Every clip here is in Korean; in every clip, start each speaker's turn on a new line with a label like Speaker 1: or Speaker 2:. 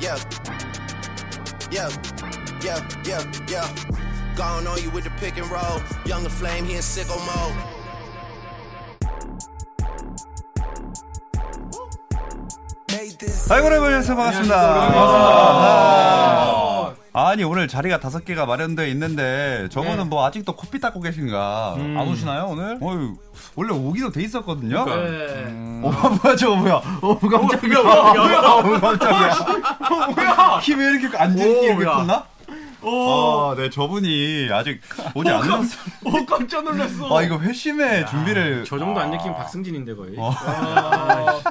Speaker 1: Yeah. Yeah. Yeah. Yeah. Yeah. Gone on you with the pick and roll. Younger flame, he in sicko mode.
Speaker 2: 아이고, 여러분, 여러분, 반갑습니다. 반갑습니다. 아, 니 오늘 자리가 다섯 개가 마련되어 있는데, 저거는 뭐, 아직도 코피 닦고 계신가.
Speaker 3: 안 오시나요 오늘?
Speaker 2: 어휴, 원래 오기로 돼 있었거든요?
Speaker 4: 네.
Speaker 2: 어, 뭐야, 저거 뭐야. 어, 깜짝이야. 뭐야, 뭐야, 어, 깜짝이야. 뭐야. 키왜 이렇게 앉은 이렇게 컸나? 아, 네, 저분이 아직 오지 않았어.
Speaker 4: 오 깜짝 놀랐어.
Speaker 2: 아, 이거 아. 회심의 준비를.
Speaker 4: 저 정도 안 느끼면 박승진인데 거의.
Speaker 2: 어.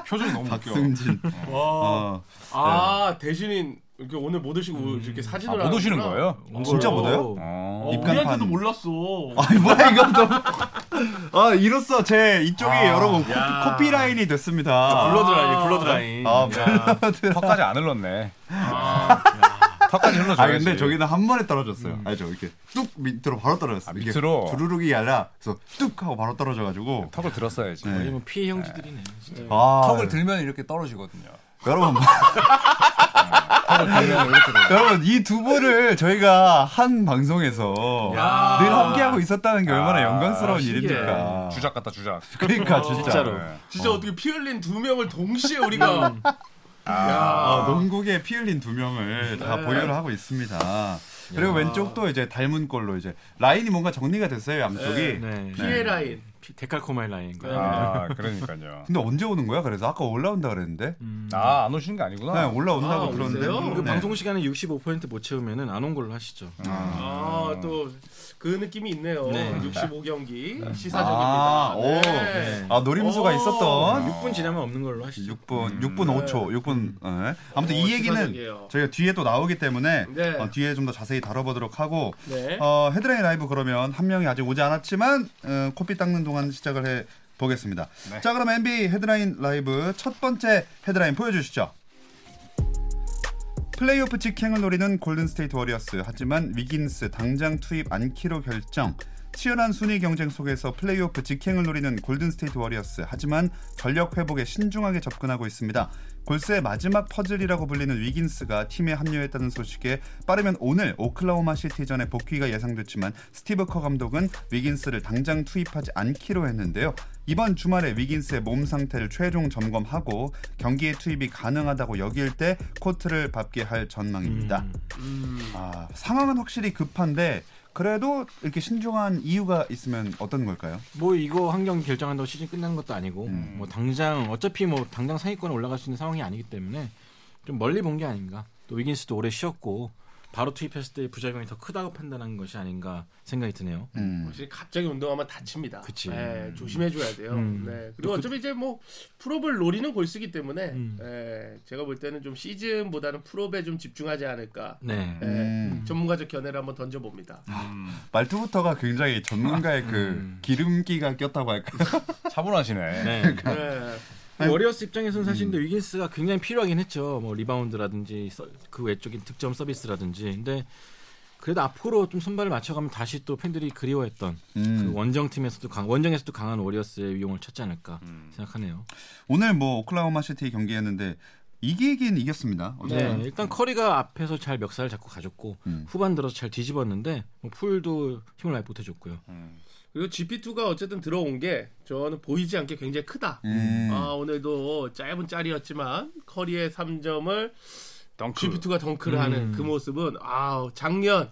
Speaker 3: 표정이 너무 웃겨.
Speaker 2: 아, 박승진. 어.
Speaker 4: 아 대신인 이렇게 오늘 못 오시고
Speaker 2: 음.
Speaker 4: 이렇게 사진을
Speaker 2: 뭐
Speaker 3: 아, 못 오시는
Speaker 4: 하는구나.
Speaker 3: 거예요?
Speaker 4: 어.
Speaker 2: 진짜 못 와요?
Speaker 3: 어.
Speaker 2: 입간판.
Speaker 4: 우리한테도 몰랐어.
Speaker 2: 아니 뭐야 이건 또. 아 이로써 제 이쪽이 여러분 코피,
Speaker 4: 야.
Speaker 2: 코피라인이 됐습니다.
Speaker 4: 블러드라인, 블러드라인.
Speaker 2: 아,
Speaker 3: 턱까지 안 흘렀네.
Speaker 4: 아,
Speaker 3: 턱까지 흘러줘야지.
Speaker 2: 아 근데 저기는 한 번에 떨어졌어요. 아니 저 이렇게 뚝 밑으로 바로 떨어졌어요.
Speaker 3: 아, 밑으로?
Speaker 2: 이게 두루룩이 아니라 그래서 뚝 하고 바로 떨어져가지고
Speaker 3: 턱을 들었어야지.
Speaker 2: 네.
Speaker 4: 우리는 뭐 피해 형제들이네. 진짜.
Speaker 2: 아,
Speaker 3: 턱을 들면 이렇게 떨어지거든요.
Speaker 2: 여러분
Speaker 3: 턱을 들면 이렇게 떨어져.
Speaker 2: 여러분 이 두 분을 저희가 한 방송에서
Speaker 4: 야.
Speaker 2: 늘 함께 하고 있었다는 게 얼마나
Speaker 3: 아,
Speaker 2: 영광스러운
Speaker 4: 신기해.
Speaker 2: 일입니까.
Speaker 3: 주작 같다 주작.
Speaker 2: 그러니까 아. 진짜.
Speaker 4: 진짜로.
Speaker 3: 네.
Speaker 4: 진짜 어떻게 피 흘린 두 명을 동시에 우리가. 야.
Speaker 2: 아, 농구계 피 흘린 두 명을 다
Speaker 4: 네.
Speaker 2: 보유를 하고 있습니다. 그리고 왼쪽도 이제 닮은 꼴로 이제 라인이 뭔가 정리가 됐어요 양쪽이.
Speaker 5: 네.
Speaker 4: 피해 라인. 네.
Speaker 5: 데칼코마의 라인인가요?
Speaker 3: 아 그러니까요.
Speaker 2: 근데 언제 오는 거야? 그래서 아까 올라온다 그랬는데.
Speaker 3: 아 안 오시는 게
Speaker 2: 네,
Speaker 3: 아니구나.
Speaker 2: 올라온다고
Speaker 4: 음. 아,
Speaker 2: 들었는데.
Speaker 4: 오세요?
Speaker 5: 그
Speaker 2: 네.
Speaker 5: 방송 시간에 65%못 채우면은 안 온 걸로 하시죠.
Speaker 4: 아, 또 그 느낌이 있네요. 65경기
Speaker 2: 아,
Speaker 4: 시사적입니다. 네.
Speaker 2: 오. 아, 노림수가
Speaker 4: 어.
Speaker 2: 있었던
Speaker 5: 어, 6분 지나면 없는 걸로 하시죠.
Speaker 2: 6분, 6분 5초, 6분. 네. 아무튼
Speaker 4: 음. 어,
Speaker 2: 이 얘기는
Speaker 4: 시사적이에요.
Speaker 2: 저희가 뒤에 또 나오기 때문에
Speaker 4: 네.
Speaker 2: 어, 뒤에 좀 더 자세히 다뤄보도록 하고
Speaker 4: 네.
Speaker 2: 어, 헤드라인 라이브 그러면 한 명이 아직 오지 않았지만 어, 코피 닦는 동안 시작을 해 보겠습니다. 자, 그럼 NBA 헤드라인 라이브 첫 번째 헤드라인 보여주시죠. 플레이오프 직행을 노리는 골든스테이트 워리어스 하지만 위긴스 당장 투입 안키로 결정 치열한 순위 경쟁 속에서 플레이오프 직행을 노리는 골든스테이트 워리어스 하지만 전력 회복에 신중하게 접근하고 있습니다 골스의 마지막 퍼즐이라고 불리는 위긴스가 팀에 합류했다는 소식에 빠르면 오늘 오클라호마 시티전에 복귀가 예상됐지만 스티브 커 감독은 위긴스를 당장 투입하지 않기로 했는데요 이번 주말에 위긴스의 몸 상태를 최종 점검하고 경기에 투입이 가능하다고 여길 때 코트를 밟게 할 전망입니다. 아, 상황은 확실히 급한데 그래도 이렇게 신중한 이유가 있으면 어떤 걸까요?
Speaker 5: 뭐 이거 한 경기 결정한다고 시즌 끝난 것도 아니고
Speaker 4: 음.
Speaker 5: 뭐 당장 어차피 뭐 당장 상위권에 올라갈 수 있는 상황이 아니기 때문에 좀 멀리 본 게 아닌가. 또 위긴스도 오래 쉬었고 바로 투입했을 때 부작용이 더 크다고 판단한 것이 아닌가 생각이 드네요.
Speaker 4: 확실히 갑자기 운동하면 다칩니다.
Speaker 5: 그치.
Speaker 4: 예, 조심해줘야 돼요.
Speaker 5: 음.
Speaker 4: 네. 그리고 어차피 이제 뭐 풀업을 노리는 골수기 때문에 예, 제가 볼 때는 좀 시즌보다는 풀업에 좀 집중하지 않을까.
Speaker 5: 네.
Speaker 4: 예, 전문가적 견해를 한번 던져봅니다.
Speaker 2: 말투부터가 굉장히 전문가의 그 기름기가 꼈다고 할까요?
Speaker 3: 차분하시네.
Speaker 5: 네.
Speaker 4: 예.
Speaker 2: 아니,
Speaker 5: 워리어스 입장에서는 사실 근데 위긴스가 굉장히 필요하긴 했죠. 뭐 리바운드라든지 서- 그 외적인 득점 서비스라든지. 근데 그래도 앞으로 좀 선발을 맞춰가면 다시 또 팬들이 그리워했던 그
Speaker 2: 음.
Speaker 5: 원정 팀에서도 강, 원정에서도 강한 워리어스의 위용을 찾지 않을까 생각하네요.
Speaker 2: 오늘 뭐 오클라호마 시티 경기했는데 이기긴 이겼습니다. 어쨌든.
Speaker 5: 네, 일단 커리가 앞에서 잘 멱살을 잡고 가졌고
Speaker 2: 음.
Speaker 5: 후반 들어서 잘 뒤집었는데 뭐 풀도 힘을 많이 보태줬고요.
Speaker 4: 그리고 GP2가 어쨌든 들어온 게 저는 보이지 않게 굉장히 크다.
Speaker 2: 음.
Speaker 4: 아, 오늘도 짧은 짤이었지만 커리의 3점을
Speaker 3: 덩크.
Speaker 4: GP2가 덩크를
Speaker 5: 음.
Speaker 4: 하는 그 모습은 아, 작년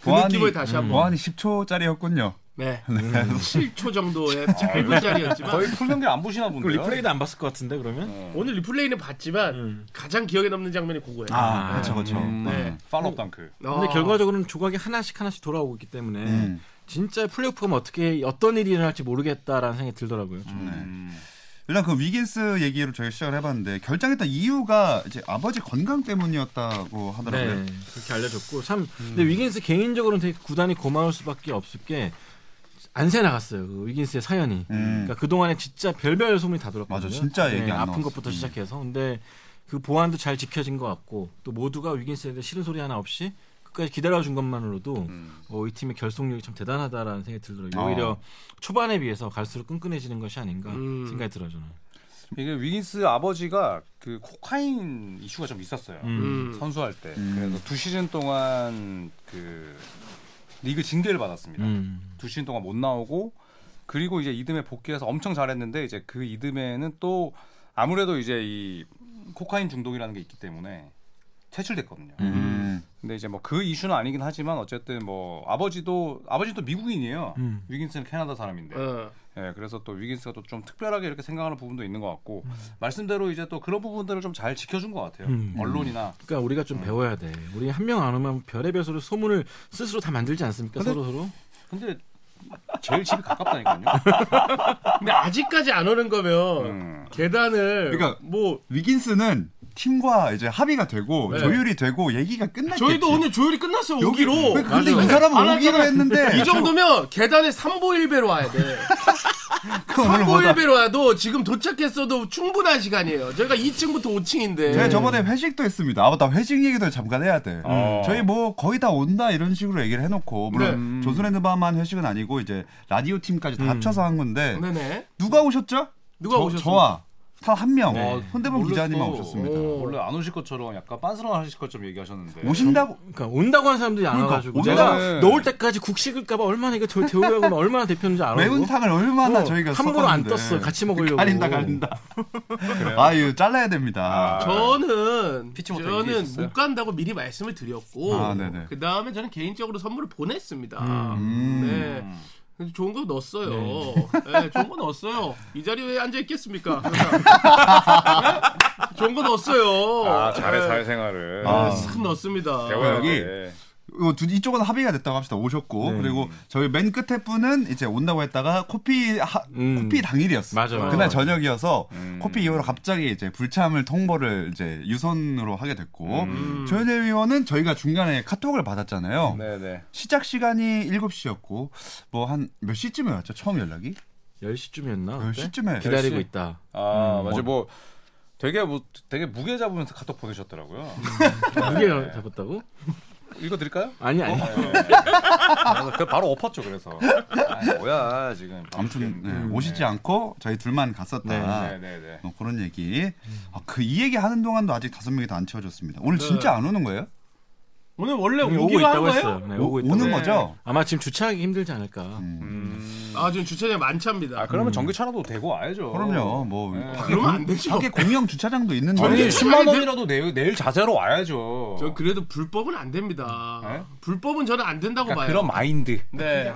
Speaker 4: 그
Speaker 2: 보안이- 음.
Speaker 4: 느낌을 다시 한번.
Speaker 2: 보안이 10초짜리였군요.
Speaker 4: 네.
Speaker 2: 음.
Speaker 4: 아, 7초 정도의 짧은 짤이었지만
Speaker 3: 거의 풀 경기 안 보시나
Speaker 5: 그
Speaker 3: 본데요.
Speaker 5: 리플레이도 안 봤을 것 같은데 그러면?
Speaker 4: 어. 오늘 리플레이는 봤지만 가장 기억에 남는 장면이 그거예요.
Speaker 2: 음. 아, 그렇죠, 그렇죠.
Speaker 3: 음.
Speaker 4: 네.
Speaker 3: 팔로우 덩크.
Speaker 4: 아.
Speaker 5: 근데 결과적으로는 조각이 하나씩 하나씩 돌아오고 있기 때문에
Speaker 2: 음.
Speaker 5: 진짜 플레이오프가 뭐 어떻게 어떤 일이 일어날지 모르겠다라는 생각이 들더라고요.
Speaker 2: 일단 그 위긴스 얘기로 저희 시작을 해봤는데 결정했던 이유가 이제 아버지 건강 때문이었다고 하더라고요. 음.
Speaker 5: 네, 그렇게 알려졌고 참 근데 위긴스 개인적으로는 되게 구단이 고마울 수밖에 없을 게 안세 나갔어요. 그 위긴스의 사연이.
Speaker 2: 음.
Speaker 5: 그러니까 그 동안에 진짜 별별 소문이 다 돌았거든요. 네,
Speaker 2: 맞아, 진짜 얘기 안
Speaker 5: 아픈
Speaker 2: 나왔어. 음.
Speaker 5: 것부터 시작해서 근데 그 보안도 잘 지켜진 것 같고 또 모두가 위긴스에 대해 싫은 소리 하나 없이 끝까지 기다려준 것만으로도 어, 이 팀의 결속력이 참 대단하다라는 생각이 들더라고요.
Speaker 2: 음. 아.
Speaker 5: 오히려 초반에 비해서 갈수록 끈끈해지는 것이 아닌가
Speaker 4: 음.
Speaker 5: 생각이 들어요 저는.
Speaker 3: 네. 이게 위긴스 아버지가 그 코카인 이슈가 좀 있었어요.
Speaker 5: 음.
Speaker 4: 음.
Speaker 3: 선수할 때.
Speaker 2: 음.
Speaker 3: 그래서 두 시즌 동안 그 리그 징계를 받았습니다.
Speaker 5: 음.
Speaker 3: 두 시즌 동안 못 나오고 그리고 이제 이듬해 복귀해서 엄청 잘했는데 이제 그 이듬해는 또 아무래도 이제 이 코카인 중독이라는 게 있기 때문에 퇴출됐거든요.
Speaker 2: 음.
Speaker 3: 근데 이제 뭐 그 이슈는 아니긴 하지만 어쨌든 뭐 아버지도 아버지도 미국인이에요.
Speaker 5: 음.
Speaker 3: 위긴스는 캐나다 사람인데.
Speaker 4: 어.
Speaker 3: 예, 그래서 또 위긴스가 또 좀 특별하게 이렇게 생각하는 부분도 있는 것 같고 말씀대로 이제 또 그런 부분들을 좀 잘 지켜준 것 같아요.
Speaker 5: 음.
Speaker 3: 언론이나.
Speaker 5: 그러니까 우리가 좀 배워야 돼. 우리 한 명 안 오면 별의별 소리 소문을 스스로 다 만들지 않습니까?
Speaker 3: 근데-
Speaker 5: 서로 서로.
Speaker 3: 근데 제일 집이 가깝다니까요.
Speaker 4: 근데 아직까지 안 오는 거면
Speaker 3: 음.
Speaker 4: 계단을
Speaker 2: 그러니까
Speaker 4: 뭐
Speaker 2: 위긴스는 팀과 이제 합의가 되고
Speaker 4: 네.
Speaker 2: 조율이 되고 얘기가 끝났겠죠.
Speaker 4: 저희도 오늘 조율이 끝났어요.
Speaker 2: 여기-
Speaker 4: 오기로.
Speaker 2: 왜 근데
Speaker 5: 맞아요.
Speaker 2: 이 사람은
Speaker 4: 안
Speaker 2: 오기로
Speaker 4: 하잖아.
Speaker 2: 했는데
Speaker 4: 이 정도면 계단에 3보일배로 와야 돼.
Speaker 2: 그 오늘 뭐다.
Speaker 4: 3보일배로 와도 지금 도착했어도 충분한 시간이에요. 저희가 2층부터 5층인데.
Speaker 2: 제가 저번에 회식도 했습니다. 아, 맞다. 회식 얘기도 잠깐 해야 돼.
Speaker 4: 아.
Speaker 3: 어.
Speaker 2: 저희 뭐 거의 다 온다 이런 식으로 얘기를 해놓고 물론
Speaker 4: 음.
Speaker 3: 네.
Speaker 2: 조선의 누바만 회식은 아니고 이제 라디오 팀까지 다 합쳐서 한 건데
Speaker 4: 네네.
Speaker 2: 누가 오셨죠?
Speaker 4: 누가
Speaker 2: 저,
Speaker 4: 오셨어요?
Speaker 2: 저와 다 한 명.
Speaker 5: 네.
Speaker 2: 손대범
Speaker 3: 몰랐어.
Speaker 2: 기자님만 오셨습니다.
Speaker 4: 오.
Speaker 3: 원래 안 오실 것처럼 약간 빤스러워 하실 것처럼
Speaker 2: 예,
Speaker 3: 얘기하셨는데.
Speaker 2: 오신다고
Speaker 5: 그러니까 온다고 하는 사람들이 안
Speaker 2: 그러니까
Speaker 5: 와가지고
Speaker 2: 온다.
Speaker 5: 내가 넣을 때까지 국 식을까봐 얼마나 이거 저- 데우려고 하면 얼마나 대표인지 알아.
Speaker 2: 매운탕을 얼마나
Speaker 5: 어,
Speaker 2: 저희가
Speaker 5: 함부로 안
Speaker 2: 섞었는데. 그러니까
Speaker 5: 떴어. 같이 먹으려고.
Speaker 2: 가린다 가린다. 아 이거 잘라야 됩니다.
Speaker 3: 아.
Speaker 4: 저는
Speaker 3: 피치 못할 일이
Speaker 4: 저는
Speaker 3: 있었어요?
Speaker 4: 못 간다고 미리 말씀을 드렸고
Speaker 2: 아, 네네.
Speaker 4: 그 다음에 저는 개인적으로 선물을 보냈습니다.
Speaker 2: 음.
Speaker 4: 네. 그래서 좋은 거 넣었어요. 네, 좋은 거 넣었어요. 이 자리에 왜 앉아 있겠습니까? 좋은 거 넣었어요.
Speaker 3: 아, 잘해
Speaker 4: 네.
Speaker 3: 사회생활을.
Speaker 2: 아.
Speaker 4: 네, 싹 넣었습니다.
Speaker 3: 배워야
Speaker 2: 여기
Speaker 3: 돼.
Speaker 2: 이거 두- 이쪽은 합의가 됐다고 합시다. 오셨고
Speaker 5: 네.
Speaker 2: 그리고 저희 맨 끝에 분은 이제 온다고 했다가 코피 하,
Speaker 5: 음.
Speaker 2: 코피 당일이었어요.
Speaker 5: 맞아, 음. 맞아.
Speaker 2: 그날 저녁이어서 코피 이후로 갑자기 이제 불참을 통보를 이제 유선으로 하게 됐고
Speaker 5: 음.
Speaker 2: 조현일 의원은 저희가 중간에 카톡을 받았잖아요.
Speaker 3: 어. 네네.
Speaker 2: 시작 시간이 7시였고 뭐 한 몇 시쯤에 왔죠? 처음 연락이?
Speaker 5: 10시쯤이었나?
Speaker 2: 어, 10시쯤에.
Speaker 5: 기다리고
Speaker 3: 10시?
Speaker 5: 있다.
Speaker 2: 음,
Speaker 3: 아 맞아 뭐 되게 뭐 되게 무게 잡으면서 카톡 보내셨더라고요.
Speaker 5: 무게 잡았다고?
Speaker 3: 읽어드릴까요? 네.
Speaker 5: 아니 아니.
Speaker 3: 그 바로 엎었죠 그래서. 아, 뭐야 지금.
Speaker 2: 아무튼 네, 오시지 않고 저희 둘만 갔었다.
Speaker 3: 음, 네네네.
Speaker 2: 어, 그런 얘기. 아, 그 이 얘기 하는 동안도 아직 다섯 명이 다 안 채워졌습니다. 오늘 진짜 안 오는 거예요?
Speaker 4: 오늘 원래
Speaker 5: 오고
Speaker 4: 오기로 한
Speaker 5: 있다고
Speaker 4: 거예요?
Speaker 5: 했어요. 네, 오고 있다고.
Speaker 2: 는
Speaker 4: 네.
Speaker 2: 거죠? 음.
Speaker 5: 아마 지금 주차하기 힘들지 않을까.
Speaker 4: 아 지금 주차장 만차입니다.
Speaker 3: 아 그러면 전기차라도 되고 와야죠.
Speaker 2: 그럼요. 뭐 밖에,
Speaker 4: 그러면 안 되죠.
Speaker 2: 밖에 공영 주차장도 있는데
Speaker 3: 아니
Speaker 4: 전기-
Speaker 3: 10만 원이라도 내일, 내일 자세로 와야죠.
Speaker 4: 전 그래도 불법은 안 됩니다.
Speaker 3: 네?
Speaker 4: 불법은 저는 안 된다고
Speaker 3: 그러니까
Speaker 4: 봐요.
Speaker 3: 그런 마인드.
Speaker 4: 네.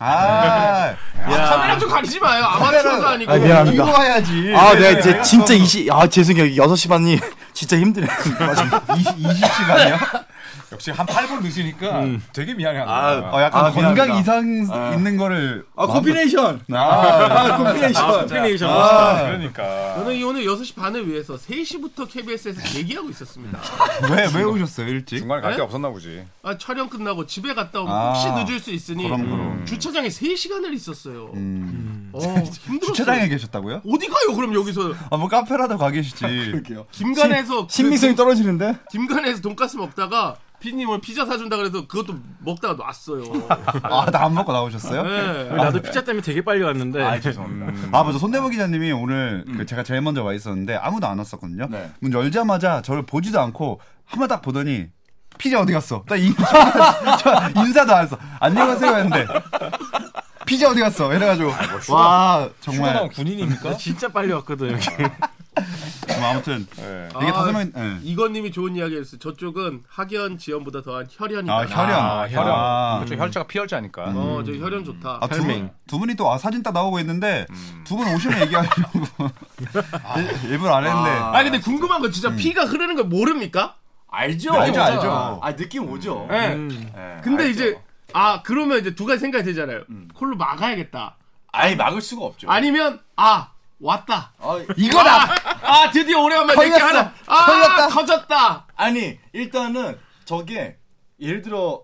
Speaker 2: 아,
Speaker 4: 카메라 좀 가리지 마요. 아마추어도 아니고.
Speaker 6: 아, 미안합니다.
Speaker 2: 이거 와야지.
Speaker 6: 아, 내가 이제 진짜 20, 아, 죄송해요. 6시 반이 진짜 힘드네요. 맞아.
Speaker 2: 20시간이요?
Speaker 3: 역시 한 8분 늦으니까 되게 미안해한다.
Speaker 2: 어, 약간
Speaker 6: 아,
Speaker 2: 건강
Speaker 6: 미안합니다.
Speaker 2: 이상 있는 거를
Speaker 7: 아, 코피네이션.
Speaker 2: 아,
Speaker 7: 아, 코피네이션.
Speaker 5: 스테이션
Speaker 4: 아.
Speaker 3: 그러니까.
Speaker 4: 저는 이 오늘 6시 반을 위해서 3시부터 KBS에서 대기하고 있었습니다.
Speaker 2: 왜, 왜 오셨어요, 일찍?
Speaker 3: 중간에 갈 게
Speaker 4: 네?
Speaker 3: 없었나 보지.
Speaker 4: 아, 촬영 끝나고 집에 갔다 오면
Speaker 2: 아,
Speaker 4: 혹시 늦을 수 있으니 음.
Speaker 2: 그럼, 그럼.
Speaker 4: 주차장에 3시간을 있었어요. 어, 힘들었어요.
Speaker 2: 주차장에 계셨다고요?
Speaker 4: 어디 가요? 그럼 여기서
Speaker 2: 아, 뭐 카페라도 가 계시지.
Speaker 7: 그럴게요.
Speaker 4: 김간에서
Speaker 6: 신빙성이 떨어지는데?
Speaker 4: 그, 김간에서 돈가스 먹다가 피디님 오늘 피자 사준다 그래서 그것도 먹다가 놨어요.
Speaker 2: 아, 나 안 먹고 나오셨어요?
Speaker 4: 네.
Speaker 5: 나도 피자 때문에 되게 빨리 왔는데.
Speaker 2: 아 맞아 손대범 기자님이 오늘 그 제가 제일 먼저 와 있었는데 아무도 안 왔었거든요. 문 열자마자 저를 보지도 않고 한 번 딱 보더니 피자 어디 갔어? 나 인- 저 인사도 안 했어. 안녕하세요 했는데 피자 어디 갔어? 이래가지고 와
Speaker 3: 휴가 나온
Speaker 2: 정말
Speaker 3: 군인입니까?
Speaker 5: 진짜 빨리 왔거든 여기.
Speaker 2: 뭐 아무튼
Speaker 3: 네.
Speaker 2: 이게
Speaker 4: 아,
Speaker 2: 다섯 명. 예.
Speaker 4: 이건님이 좋은 이야기였어요. 저쪽은 학연 지연보다 더한 혈연이다.
Speaker 2: 아 혈연.
Speaker 3: 아, 혈연.
Speaker 2: 아.
Speaker 3: 그렇죠. 혈자가 피혈자니까.
Speaker 4: 어, 저 혈연 좋다.
Speaker 2: 아, 두, 분, 두 분이 또 아, 사진 따 나오고 있는데 두 분 오시면 얘기하려고 일- 일부러 안 했는데
Speaker 7: 아,
Speaker 4: 아 근데 궁금한 건
Speaker 2: 음.
Speaker 4: 진짜 피가 흐르는 걸 모릅니까?
Speaker 7: 알죠?
Speaker 2: 알죠, 음. 알죠.
Speaker 7: 아, 느낌 오죠.
Speaker 4: 예.
Speaker 2: 네.
Speaker 5: 네. 음.
Speaker 7: 예.
Speaker 4: 근데
Speaker 7: 알죠.
Speaker 4: 이제 아 그러면 이제 두 가지 생각이 되잖아요. 콜로 막아야겠다.
Speaker 7: 아예 막을 수가 없죠.
Speaker 4: 아니면 아 왔다.
Speaker 7: 아,
Speaker 2: 이거다.
Speaker 4: 아 드디어 오래간만에 내게
Speaker 2: 걸렸어.
Speaker 4: 하나. 아
Speaker 2: 걸렸다.
Speaker 4: 터졌다.
Speaker 7: 아니 일단은 저게 예를 들어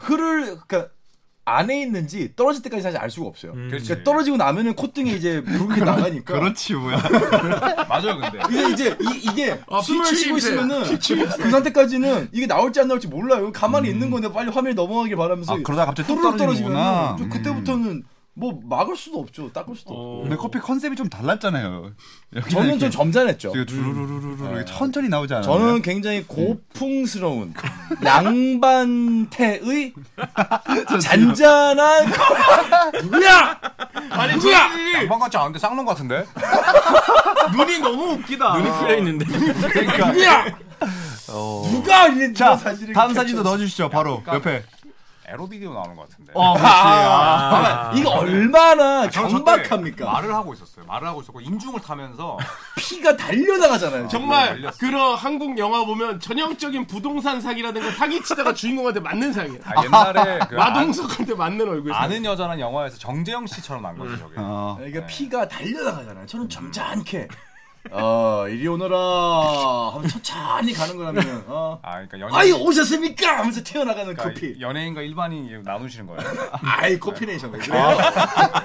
Speaker 7: 흐를 그러니까 안에 있는지 떨어질 때까지 사실 알 수가 없어요.
Speaker 3: 음. 네.
Speaker 7: 그러니까 떨어지고 나면은 콧등에 이제 물이 나가니까.
Speaker 2: 음. 그렇지 뭐야.
Speaker 3: 맞아요, 근데.
Speaker 7: 이게 이제 이, 게
Speaker 4: 아,
Speaker 7: 숨을
Speaker 4: 피치
Speaker 7: 쉬고
Speaker 4: 입새.
Speaker 7: 있으면은
Speaker 4: 피치
Speaker 7: 그 상태까지는 이게 나올지 안 나올지 몰라요. 가만히 있는 건데 빨리 화면이 넘어가길 바라면서
Speaker 2: 음. 아, 그러다 갑자기 뚝
Speaker 7: 후루룩
Speaker 2: 떨어지는구나. 음.
Speaker 7: 떨어지면은 좀 그때부터는 뭐 막을 수도 없죠. 닦을 수도 없고.
Speaker 2: 근데 커피 컨셉이 좀 달랐잖아요. 여기는
Speaker 7: 저는
Speaker 2: 어. 이렇게
Speaker 7: 좀 점잖했죠.
Speaker 2: 지금 주르르르르 이렇게 천천히 나오지 않아요.
Speaker 7: 저는 굉장히
Speaker 2: 네.
Speaker 7: 고풍스러운 양반태의
Speaker 2: 아,
Speaker 7: 잔잔한
Speaker 2: 그러니까.
Speaker 4: 누구야?
Speaker 3: 아니
Speaker 4: 누구야?
Speaker 3: 양반 같지 않은데 쌍놈 같은데?
Speaker 4: 눈이 너무 웃기다. 아.
Speaker 5: 눈이 풀려 있는데.
Speaker 4: 누구야?
Speaker 7: 누가 이제
Speaker 2: 어. 자
Speaker 7: 사실은 그렇죠.
Speaker 2: 다음 사진도 넣어주시죠. 바로
Speaker 3: 약간-
Speaker 2: 옆에.
Speaker 3: 에로비디오 나오는 것 같은데.
Speaker 2: 어,
Speaker 7: 뭐
Speaker 2: 그렇지. 아,
Speaker 7: 이거 얼마나
Speaker 3: 저는 저때
Speaker 7: 경박합니까?
Speaker 3: 말을 하고 있었어요. 말을 하고 있었고 임중을 타면서
Speaker 7: 피가 달려나가잖아요.
Speaker 4: 정말 그런 한국 영화 보면 전형적인 부동산 사기라든가 사기 치다가 주인공한테 맞는 사기야.
Speaker 3: 아, 옛날에 그
Speaker 4: 마동석한테 맞는 얼굴.
Speaker 3: 아, 아는 여자란 영화에서 정재영 씨처럼 난 거죠 저게.
Speaker 2: 어.
Speaker 7: 그러니까 피가 달려나가잖아요. 저는 점잖게
Speaker 2: 네.
Speaker 7: 어 이리 오너라 하면 천천히 가는
Speaker 2: 네.
Speaker 7: 거라면 어.
Speaker 3: 아 그러니까
Speaker 7: 아이
Speaker 3: 연예인.
Speaker 7: 오셨습니까? 하면서 튀어나가는
Speaker 3: 그러니까
Speaker 7: 커피.
Speaker 3: 연예인과 일반인 나누시는 거예요.
Speaker 7: 아이 커피네이션. 그죠?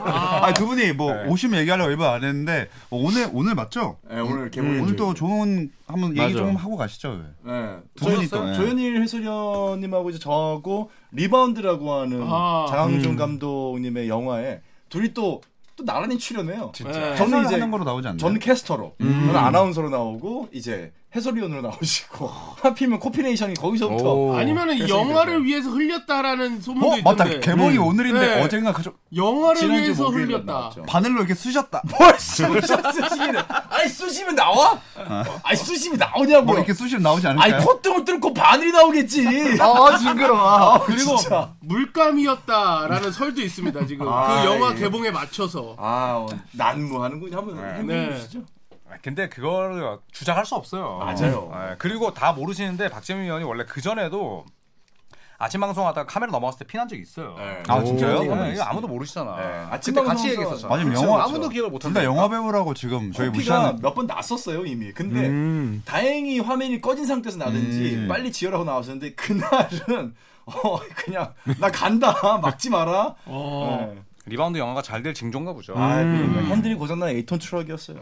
Speaker 2: 아, 두 분이 뭐
Speaker 3: 네.
Speaker 2: 오심 얘기하려고 일부러 안 했는데 어, 오늘 오늘 맞죠?
Speaker 7: 네, 오늘 개봉.
Speaker 2: 음, 오늘 또 좋은 한번 얘기
Speaker 5: 맞아.
Speaker 2: 좀 하고 가시죠. 왜.
Speaker 7: 네.
Speaker 2: 두 분이 또, 예.
Speaker 7: 조현일 해설위원님하고 이제 저하고 리바운드라고 하는
Speaker 4: 아.
Speaker 7: 장항준 감독님의 영화에 둘이 또 또 나란히 출연해요. 예.
Speaker 4: 진짜.
Speaker 7: 저는 음.
Speaker 2: 저는
Speaker 7: 이제
Speaker 2: 이제 하는 거로 나오지 않나요? 어,
Speaker 7: 저는 캐스터로, 저는 아나운서로 나오고 이제 해설위원으로 나오시고 하필이면 코피네이션이 거기서부터
Speaker 5: 오.
Speaker 4: 아니면은 이 영화를 위해서 흘렸다라는 소문도
Speaker 2: 어 맞다
Speaker 4: 있던데.
Speaker 2: 개봉이 오늘인데
Speaker 4: 네.
Speaker 2: 어젠가 가족
Speaker 4: 영화를
Speaker 7: 지난주
Speaker 4: 위해서
Speaker 7: 목요일날
Speaker 4: 흘렸다.
Speaker 7: 나왔죠.
Speaker 2: 바늘로 이렇게 쑤셨다.
Speaker 7: 뭘 쑤셔 쑤시기는? 아니 쑤시면 나와? 아니 쑤시면 나오냐고?
Speaker 2: 뭐 이렇게 쑤시면 나오지 않을까요?
Speaker 7: 아니 콧등을 뚫고 바늘이 나오겠지. 아 징그러워. 그리고 진짜.
Speaker 4: 물감이었다라는 설도 있습니다 지금
Speaker 7: 아,
Speaker 4: 그 영화
Speaker 7: 예.
Speaker 4: 개봉에 맞춰서
Speaker 7: 아 어, 난무하는군요. 한번
Speaker 4: 네.
Speaker 7: 해보시죠.
Speaker 3: 아, 근데 그걸 주장할 수 없어요.
Speaker 7: 맞아요.
Speaker 3: 예, 그리고 다 모르시는데 박재민 의원이 원래 그 전에도 아침 방송하다가 카메라 넘어갔을 때 피난 적이 있어요.
Speaker 7: 네.
Speaker 2: 아
Speaker 3: 예,
Speaker 2: 진짜요?
Speaker 3: 이거 아무도 모르시잖아.
Speaker 7: 네, 아침
Speaker 3: 아침 그때 같이
Speaker 7: 방송에서-
Speaker 3: 얘기했었잖아.
Speaker 2: 맞아요,
Speaker 3: 그쵸,
Speaker 2: 영화죠.
Speaker 3: 아무도 기억을 못
Speaker 2: 둘 다
Speaker 3: 한다.
Speaker 2: 영화 배우라고 지금 저희
Speaker 7: 커피가
Speaker 2: 무시하는
Speaker 7: 몇 번 났었어요 이미. 근데
Speaker 5: 음.
Speaker 7: 다행히 화면이 꺼진 상태에서 나든지
Speaker 2: 음.
Speaker 7: 빨리 지혈하고 나왔었는데 그날은 어 그냥 나 간다 막지 마라.
Speaker 4: 어.
Speaker 7: 네.
Speaker 3: 리바운드 영화가 잘 될 징조인가
Speaker 5: 음.
Speaker 3: 보죠.
Speaker 7: 아, 그 핸들이 고장난 에이톤 트럭이었어요.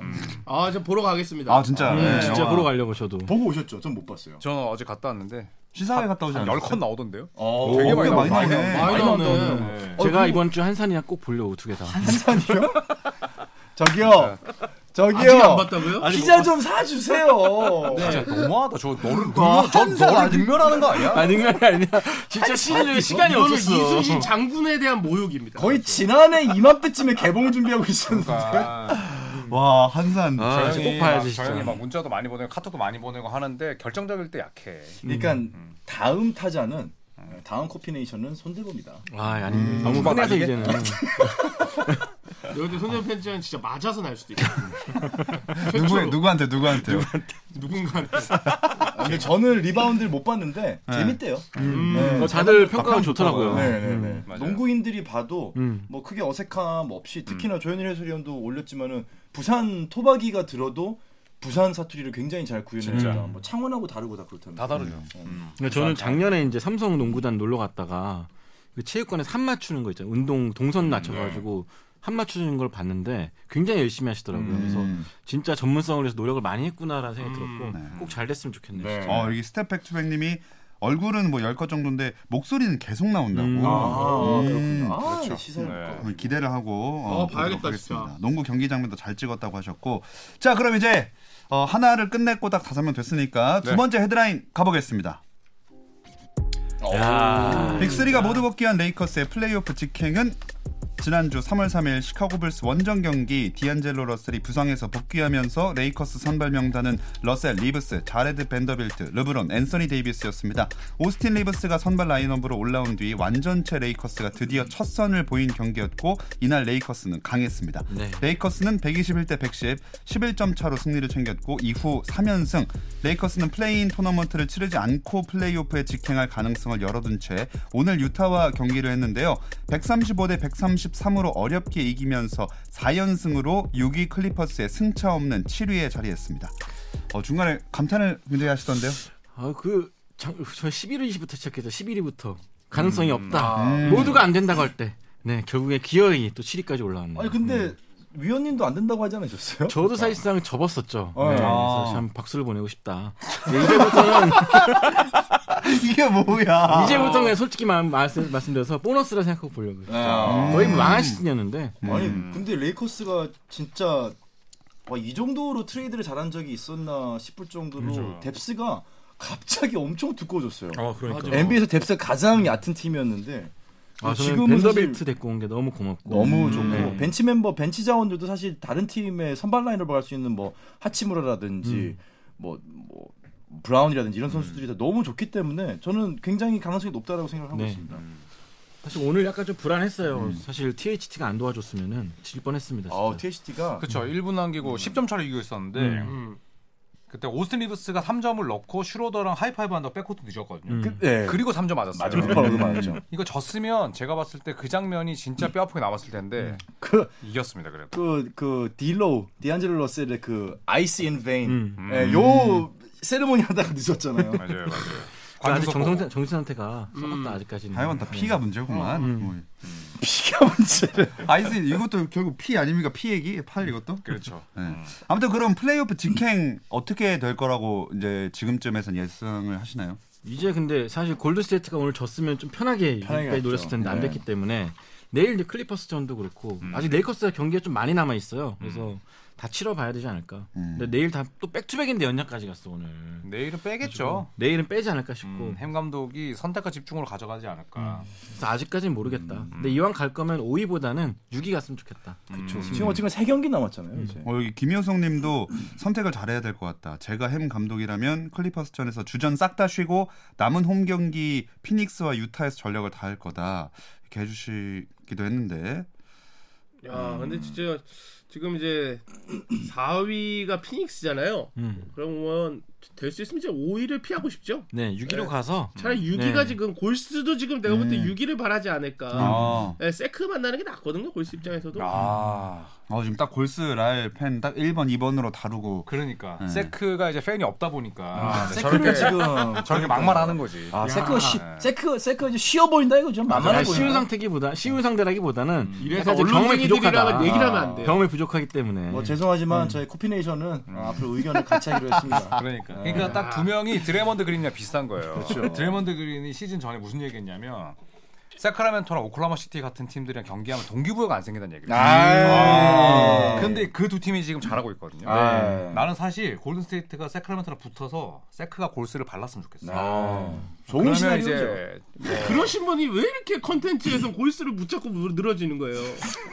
Speaker 4: 아 저 보러 가겠습니다.
Speaker 2: 아 진짜 네,
Speaker 5: 진짜
Speaker 2: 영화.
Speaker 5: 보러 가려고 저도.
Speaker 7: 보고 오셨죠? 전 못 봤어요.
Speaker 3: 저는 어제 갔다 왔는데
Speaker 2: 시사회 갔다 오지 않았어요?
Speaker 3: 열컷 나오던데요.
Speaker 7: 어,
Speaker 3: 되게
Speaker 2: 꽤 많이
Speaker 3: 나오네.
Speaker 2: 나오네.
Speaker 4: 많이 나오네.
Speaker 5: 제가 이번 주 어, 한산이랑 꼭 보려고 두 개 다.
Speaker 7: 한산이요? 저기요.
Speaker 4: 아직 안
Speaker 7: 저기요.
Speaker 4: 봤다고요? 네.
Speaker 7: 피자 좀 사주세요.
Speaker 3: 진짜 너무하다. 저 너를
Speaker 2: 와,
Speaker 3: 능멸, 저
Speaker 2: 한산
Speaker 3: 너를
Speaker 2: 아직-
Speaker 3: 능멸하는 거 아니야?
Speaker 5: 아닌 게 아니라 진짜 시즌 시간이
Speaker 4: 이거는
Speaker 5: 없었어.
Speaker 4: 이순신 장군에 대한 모욕입니다.
Speaker 7: 거의 지난해 이맘때쯤에 개봉 준비하고
Speaker 3: 그러니까.
Speaker 7: 있었는데.
Speaker 2: 와 한산
Speaker 5: 아, 이제 꼭 봐야지 진짜.
Speaker 3: 아, 저형이 막 문자도 많이 보내고 카톡도 많이 보내고 하는데 결정적일 때 약해.
Speaker 7: 그러니까 다음 타자는 네, 다음 코피네이션은 손대범이다.
Speaker 5: 와, 아니 너무
Speaker 3: 누가
Speaker 5: 흔해서
Speaker 3: 날리게?
Speaker 5: 음. 이제는.
Speaker 4: 여기 손현 편지는 진짜 맞아서 날 수도 있고
Speaker 2: 누구 누구한테 누구한테
Speaker 4: 누군가는
Speaker 7: 아, 근데 저는 리바운드를 못 봤는데 재밌대요.
Speaker 3: 음.
Speaker 7: 네.
Speaker 5: 어, 다들 평가가 좋더라고요.
Speaker 7: 네, 네, 네.
Speaker 3: 맞아요.
Speaker 7: 농구인들이 봐도
Speaker 5: 음.
Speaker 7: 뭐 크게 어색함 없이 특히나
Speaker 3: 음.
Speaker 7: 조현일 해설위원도 올렸지만은 부산 토박이가 들어도 부산 사투리를 굉장히 잘 구현했다. 뭐 창원하고 다르고 다 그렇다면.
Speaker 3: 다 다르죠.
Speaker 5: 근데 저는 작년에 이제 삼성 농구단 놀러 갔다가 그 체육관에서 한 맞추는 거 있잖아요. 운동 동선 낮춰가지고 한 맞추는 걸 봤는데 굉장히 열심히 하시더라고요. 그래서 진짜 전문성을 위해서 노력을 많이 했구나라는 생각이 들었고 꼭 잘 됐으면 음, 네. 좋겠네요.
Speaker 7: 네.
Speaker 5: 진짜.
Speaker 2: 어 여기 스텝백투백님이 얼굴은 뭐 열 것 정도인데 목소리는 계속 나온다고
Speaker 7: 아,
Speaker 2: 음.
Speaker 7: 그렇군요. 아,
Speaker 3: 그렇죠.
Speaker 7: 시사를
Speaker 3: 네.
Speaker 7: 볼까.
Speaker 2: 기대를 하고
Speaker 4: 어, 봐야겠다,
Speaker 2: 보도록 하겠습니다. 농구 경기 장면도 잘 찍었다고 하셨고 자 그럼 이제 어, 하나를 끝냈고 딱 다섯 명 됐으니까 두
Speaker 3: 네.
Speaker 2: 번째 헤드라인 가보겠습니다. 빅3가 모두 복귀한 레이커스의 플레이오프 직행은 지난주 3월 3일 시카고 불스 원정 경기 디안젤로 러셀이 부상에서 복귀하면서 레이커스 선발 명단은 러셀, 리브스, 자레드 벤더빌트, 르브론, 앤서니 데이비스였습니다. 오스틴 리브스가 선발 라인업으로 올라온 뒤 완전체 레이커스가 드디어 첫 선을 보인 경기였고 이날 레이커스는 강했습니다.
Speaker 5: 네.
Speaker 2: 레이커스는 121대 110, 11점 차로 승리를 챙겼고 이후 3연승. 레이커스는 플레이인 토너먼트를 치르지 않고 플레이오프에 직행할 가능성을 열어둔 채 오늘 유타와 경기를 했는데요. 135대 133으로 어렵게 이기면서 4연승으로 6위 클리퍼스의 승차 없는 7위에 자리했습니다. 어, 중간에 감탄을 굉장히 하시던데요.
Speaker 5: 아, 그, 장, 저 11일부터 시작해서 11일부터 음, 아, 네, 가능성이 없다. 모두가 안 된다고 할 때. 네, 결국에 기어이 또 7위까지 올라왔네요.
Speaker 3: 음.
Speaker 7: 아니 근데 위원님도 안 된다고 하지 않으셨어요?
Speaker 5: 저도 사실상 접었었죠.
Speaker 7: 어.
Speaker 5: 네,
Speaker 7: 아.
Speaker 5: 그래서 참 박수를 보내고 싶다. 네, 이제부터는
Speaker 2: 이게
Speaker 7: 아.
Speaker 2: 뭐야?
Speaker 5: 이제부터는 그냥 솔직히 말, 말씀, 말씀드려서 보너스라 생각하고 보려고요.
Speaker 7: 네. 아.
Speaker 5: 거의 뭐 망한 시즌이었는데
Speaker 3: 음.
Speaker 7: 아니 근데 레이커스가 진짜 와, 이 정도로 트레이드를 잘한 적이 있었나 싶을 정도로 뎁스가 갑자기 엄청 두꺼워졌어요.
Speaker 5: 아, 그러니까.
Speaker 7: NBA에서 뎁스가 가장 얕은 팀이었는데
Speaker 5: 아, 저는
Speaker 7: 지금은 사실
Speaker 5: 벤더빌트 데리고 온 게 너무 고맙고
Speaker 7: 너무
Speaker 5: 음,
Speaker 7: 좋고
Speaker 5: 네.
Speaker 7: 벤치 멤버 벤치 자원들도 사실 다른 팀의 선발 라인업을 갈수 있는 뭐
Speaker 5: 음.
Speaker 7: 하치무라라든지 뭐, 뭐 브라운이라든지 이런 선수들이 다 너무 좋기 때문에 저는 굉장히 가능성이 높다라고 생각하고
Speaker 5: 네.
Speaker 7: 있습니다.
Speaker 5: 사실 오늘 약간 좀 불안했어요. 사실 THT가 안 도와줬으면은 질 뻔했습니다. 진짜.
Speaker 7: 음. 아, THT가
Speaker 3: 그렇죠. 1분 남기고 10점 차로 이기고 있었는데
Speaker 5: 음.
Speaker 3: 그때 오스틴 리브스가 3점을 넣고 슈로더랑 하이파이브 한다고 백코트 늦었거든요.
Speaker 5: 음.
Speaker 7: 네.
Speaker 3: 그리고 3점 맞았어요. 네.
Speaker 7: 맞아. 바로도 맞죠.
Speaker 3: 이거 졌으면 제가 봤을 때 그 장면이 진짜 뼈아프게 남았을 텐데
Speaker 7: 그
Speaker 3: 이겼습니다. 그래도.
Speaker 7: 그, 그, 딜로우, 디안젤로 러셀의 그, 아이스 인 베인.
Speaker 5: 음.
Speaker 7: 예, 요, 세레모니 하다가 늦었잖아요.
Speaker 3: 네, 맞아요, 맞아요.
Speaker 5: 아직
Speaker 3: 관중석
Speaker 5: 정성,
Speaker 3: 보고.
Speaker 5: 정신 상태가
Speaker 7: 음.
Speaker 5: 썩었다 아직까지는. 네.
Speaker 2: 하여간 다 피가 문제구만. 뭐.
Speaker 7: 어, 피가 문제를.
Speaker 2: 아이스 이것도 결국 피 아닙니까? 피 얘기? 팔 이것도?
Speaker 3: 그렇죠.
Speaker 2: 네.
Speaker 4: 음.
Speaker 2: 아무튼 그럼 플레이오프 직행 어떻게 될 거라고 이제 지금쯤에선 예상을 하시나요?
Speaker 5: 이제 근데 사실 골드스테이트가 오늘 졌으면 좀 편하게
Speaker 7: 편하게
Speaker 5: 이기까지 노렸을
Speaker 7: 갔죠.
Speaker 5: 텐데 안
Speaker 7: 네.
Speaker 5: 됐기 때문에 내일 이제 클리퍼스전도 그렇고 아직 레이커스가 경기가 좀 많이 남아 있어요. 그래서 다 치러 봐야 되지 않을까. 근데 내일 다 또 백투백인데 연장까지 갔어 오늘.
Speaker 3: 내일은 빼겠죠.
Speaker 5: 내일은 빼지 않을까 싶고
Speaker 3: 그렇죠. 음, 햄 감독이 선택과 집중으로 가져가지 않을까.
Speaker 5: 그래서 아직까지는 모르겠다. 근데 이왕 갈 거면 5위보다는 6위 갔으면 좋겠다.
Speaker 3: 그렇죠.
Speaker 7: 지금 어쨌건 세 경기 남았잖아요,
Speaker 5: 음.
Speaker 7: 이제.
Speaker 2: 어, 여기 김효성 님도 선택을 잘해야 될 것 같다. 제가 햄 감독이라면 클리퍼스전에서 주전 싹 다 쉬고 남은 홈 경기 피닉스와 유타에서 전력을 다할 거다. 이렇게 해주시기도 했는데.
Speaker 4: 야, 근데 진짜 지금 이제 4위가 피닉스잖아요.
Speaker 5: 음.
Speaker 4: 그러면 될 수 있으면 이제 5위를 피하고 싶죠.
Speaker 5: 네, 6위로
Speaker 4: 네.
Speaker 5: 가서
Speaker 4: 차라리 6위가
Speaker 5: 네.
Speaker 4: 지금 골스도 지금 내가 볼 때 6위를 바라지 않을까.
Speaker 2: 아,
Speaker 4: 예, 세크 만나는 게 낫거든요. 골스 입장에서도.
Speaker 3: 아,
Speaker 2: 어, 지금 딱 골스 라일 팬 딱 1번, 2번으로 다루고.
Speaker 3: 그러니까 세크가 이제 팬이 없다 보니까
Speaker 5: 어,
Speaker 3: 이제
Speaker 7: 세크가 지금.
Speaker 3: 저렇게 막말하는 거지.
Speaker 7: 아, 세크가 쉬, 세크, 세크가 이제 쉬어 보인다 이거죠. 만만해
Speaker 5: 아니,
Speaker 7: 보여.
Speaker 5: 쉬운 상태기보다 쉬운 상대라기보다는
Speaker 4: 이래서
Speaker 5: 약간 좀 경험이
Speaker 4: 언론쟁이들이라면
Speaker 5: 부족하다.
Speaker 4: 얘기를 하면 안 돼요.
Speaker 5: 경험이 부족하기 때문에
Speaker 7: 뭐, 죄송하지만 저희 코피네이션은 어, 앞으로 의견을 같이 하기로 했습니다.
Speaker 3: 그러니까. 그러니까 딱 두 명이 드레몬드 그린이랑 비슷한 거예요.
Speaker 7: 그렇죠.
Speaker 3: 드레몬드 그린이 시즌 전에 무슨 얘기했냐면 세크라멘토랑 오클라마 시티 같은 팀들이랑 경기하면 동기부여가 안 생긴다는 얘기를.
Speaker 7: 아.
Speaker 3: 근데 그 두 팀이 지금 잘하고 있거든요. 네.
Speaker 7: 아.
Speaker 3: 나는 사실 골든 스테이트가 세크라멘토랑 붙어서 세크가 골스를 발랐으면 아. 좋겠어.
Speaker 7: 좋은
Speaker 3: 그러면
Speaker 7: 시나리오죠.
Speaker 3: 이제
Speaker 4: 그러신 분이 왜 이렇게 컨텐츠에서 골스를 붙잡고 늘어지는 거예요?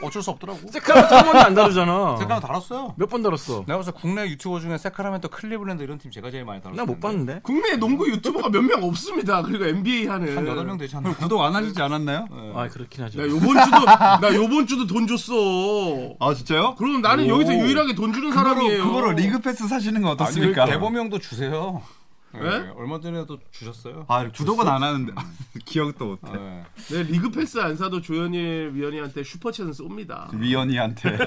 Speaker 3: 어쩔 수 없더라고.
Speaker 5: 세카라멘토 한 번도 안 다루잖아.
Speaker 3: 세크라멘토 달았어요.
Speaker 5: 몇 번 다뤘어?
Speaker 3: 내가 봤을 때 국내 유튜버 중에 세크라멘토 클리블랜드 이런 팀 제가 제일 많이 달았어.
Speaker 5: 나 못 봤는데.
Speaker 4: 국내 농구 유튜버가 몇 명 없습니다. 그리고 NBA 하는
Speaker 3: 한 여덟 명 되지 않나?
Speaker 2: 구독 안 하시지 않았나요?
Speaker 3: 어.
Speaker 5: 아 그렇긴 하죠.
Speaker 4: 나
Speaker 3: 네,
Speaker 4: 요번 주도 나 요번 주도 돈 줬어.
Speaker 2: 아, 진짜요?
Speaker 4: 그럼 나는 여기서 유일하게 돈 주는 사람이에요.
Speaker 2: 그거로, 그거로 리그 패스 사시는 거 어떻습니까?
Speaker 3: 아니 그러니까. 대범형도 주세요. 예,
Speaker 4: 네?
Speaker 3: 얼마 전에도 주셨어요.
Speaker 2: 아, 구독은 안 하는데. 기억도 못해.
Speaker 3: 예.
Speaker 4: 내 네, 리그 패스 안 사도 조현일 위원이한테 슈퍼챗은 쏩니다.
Speaker 2: 그 위원이한테.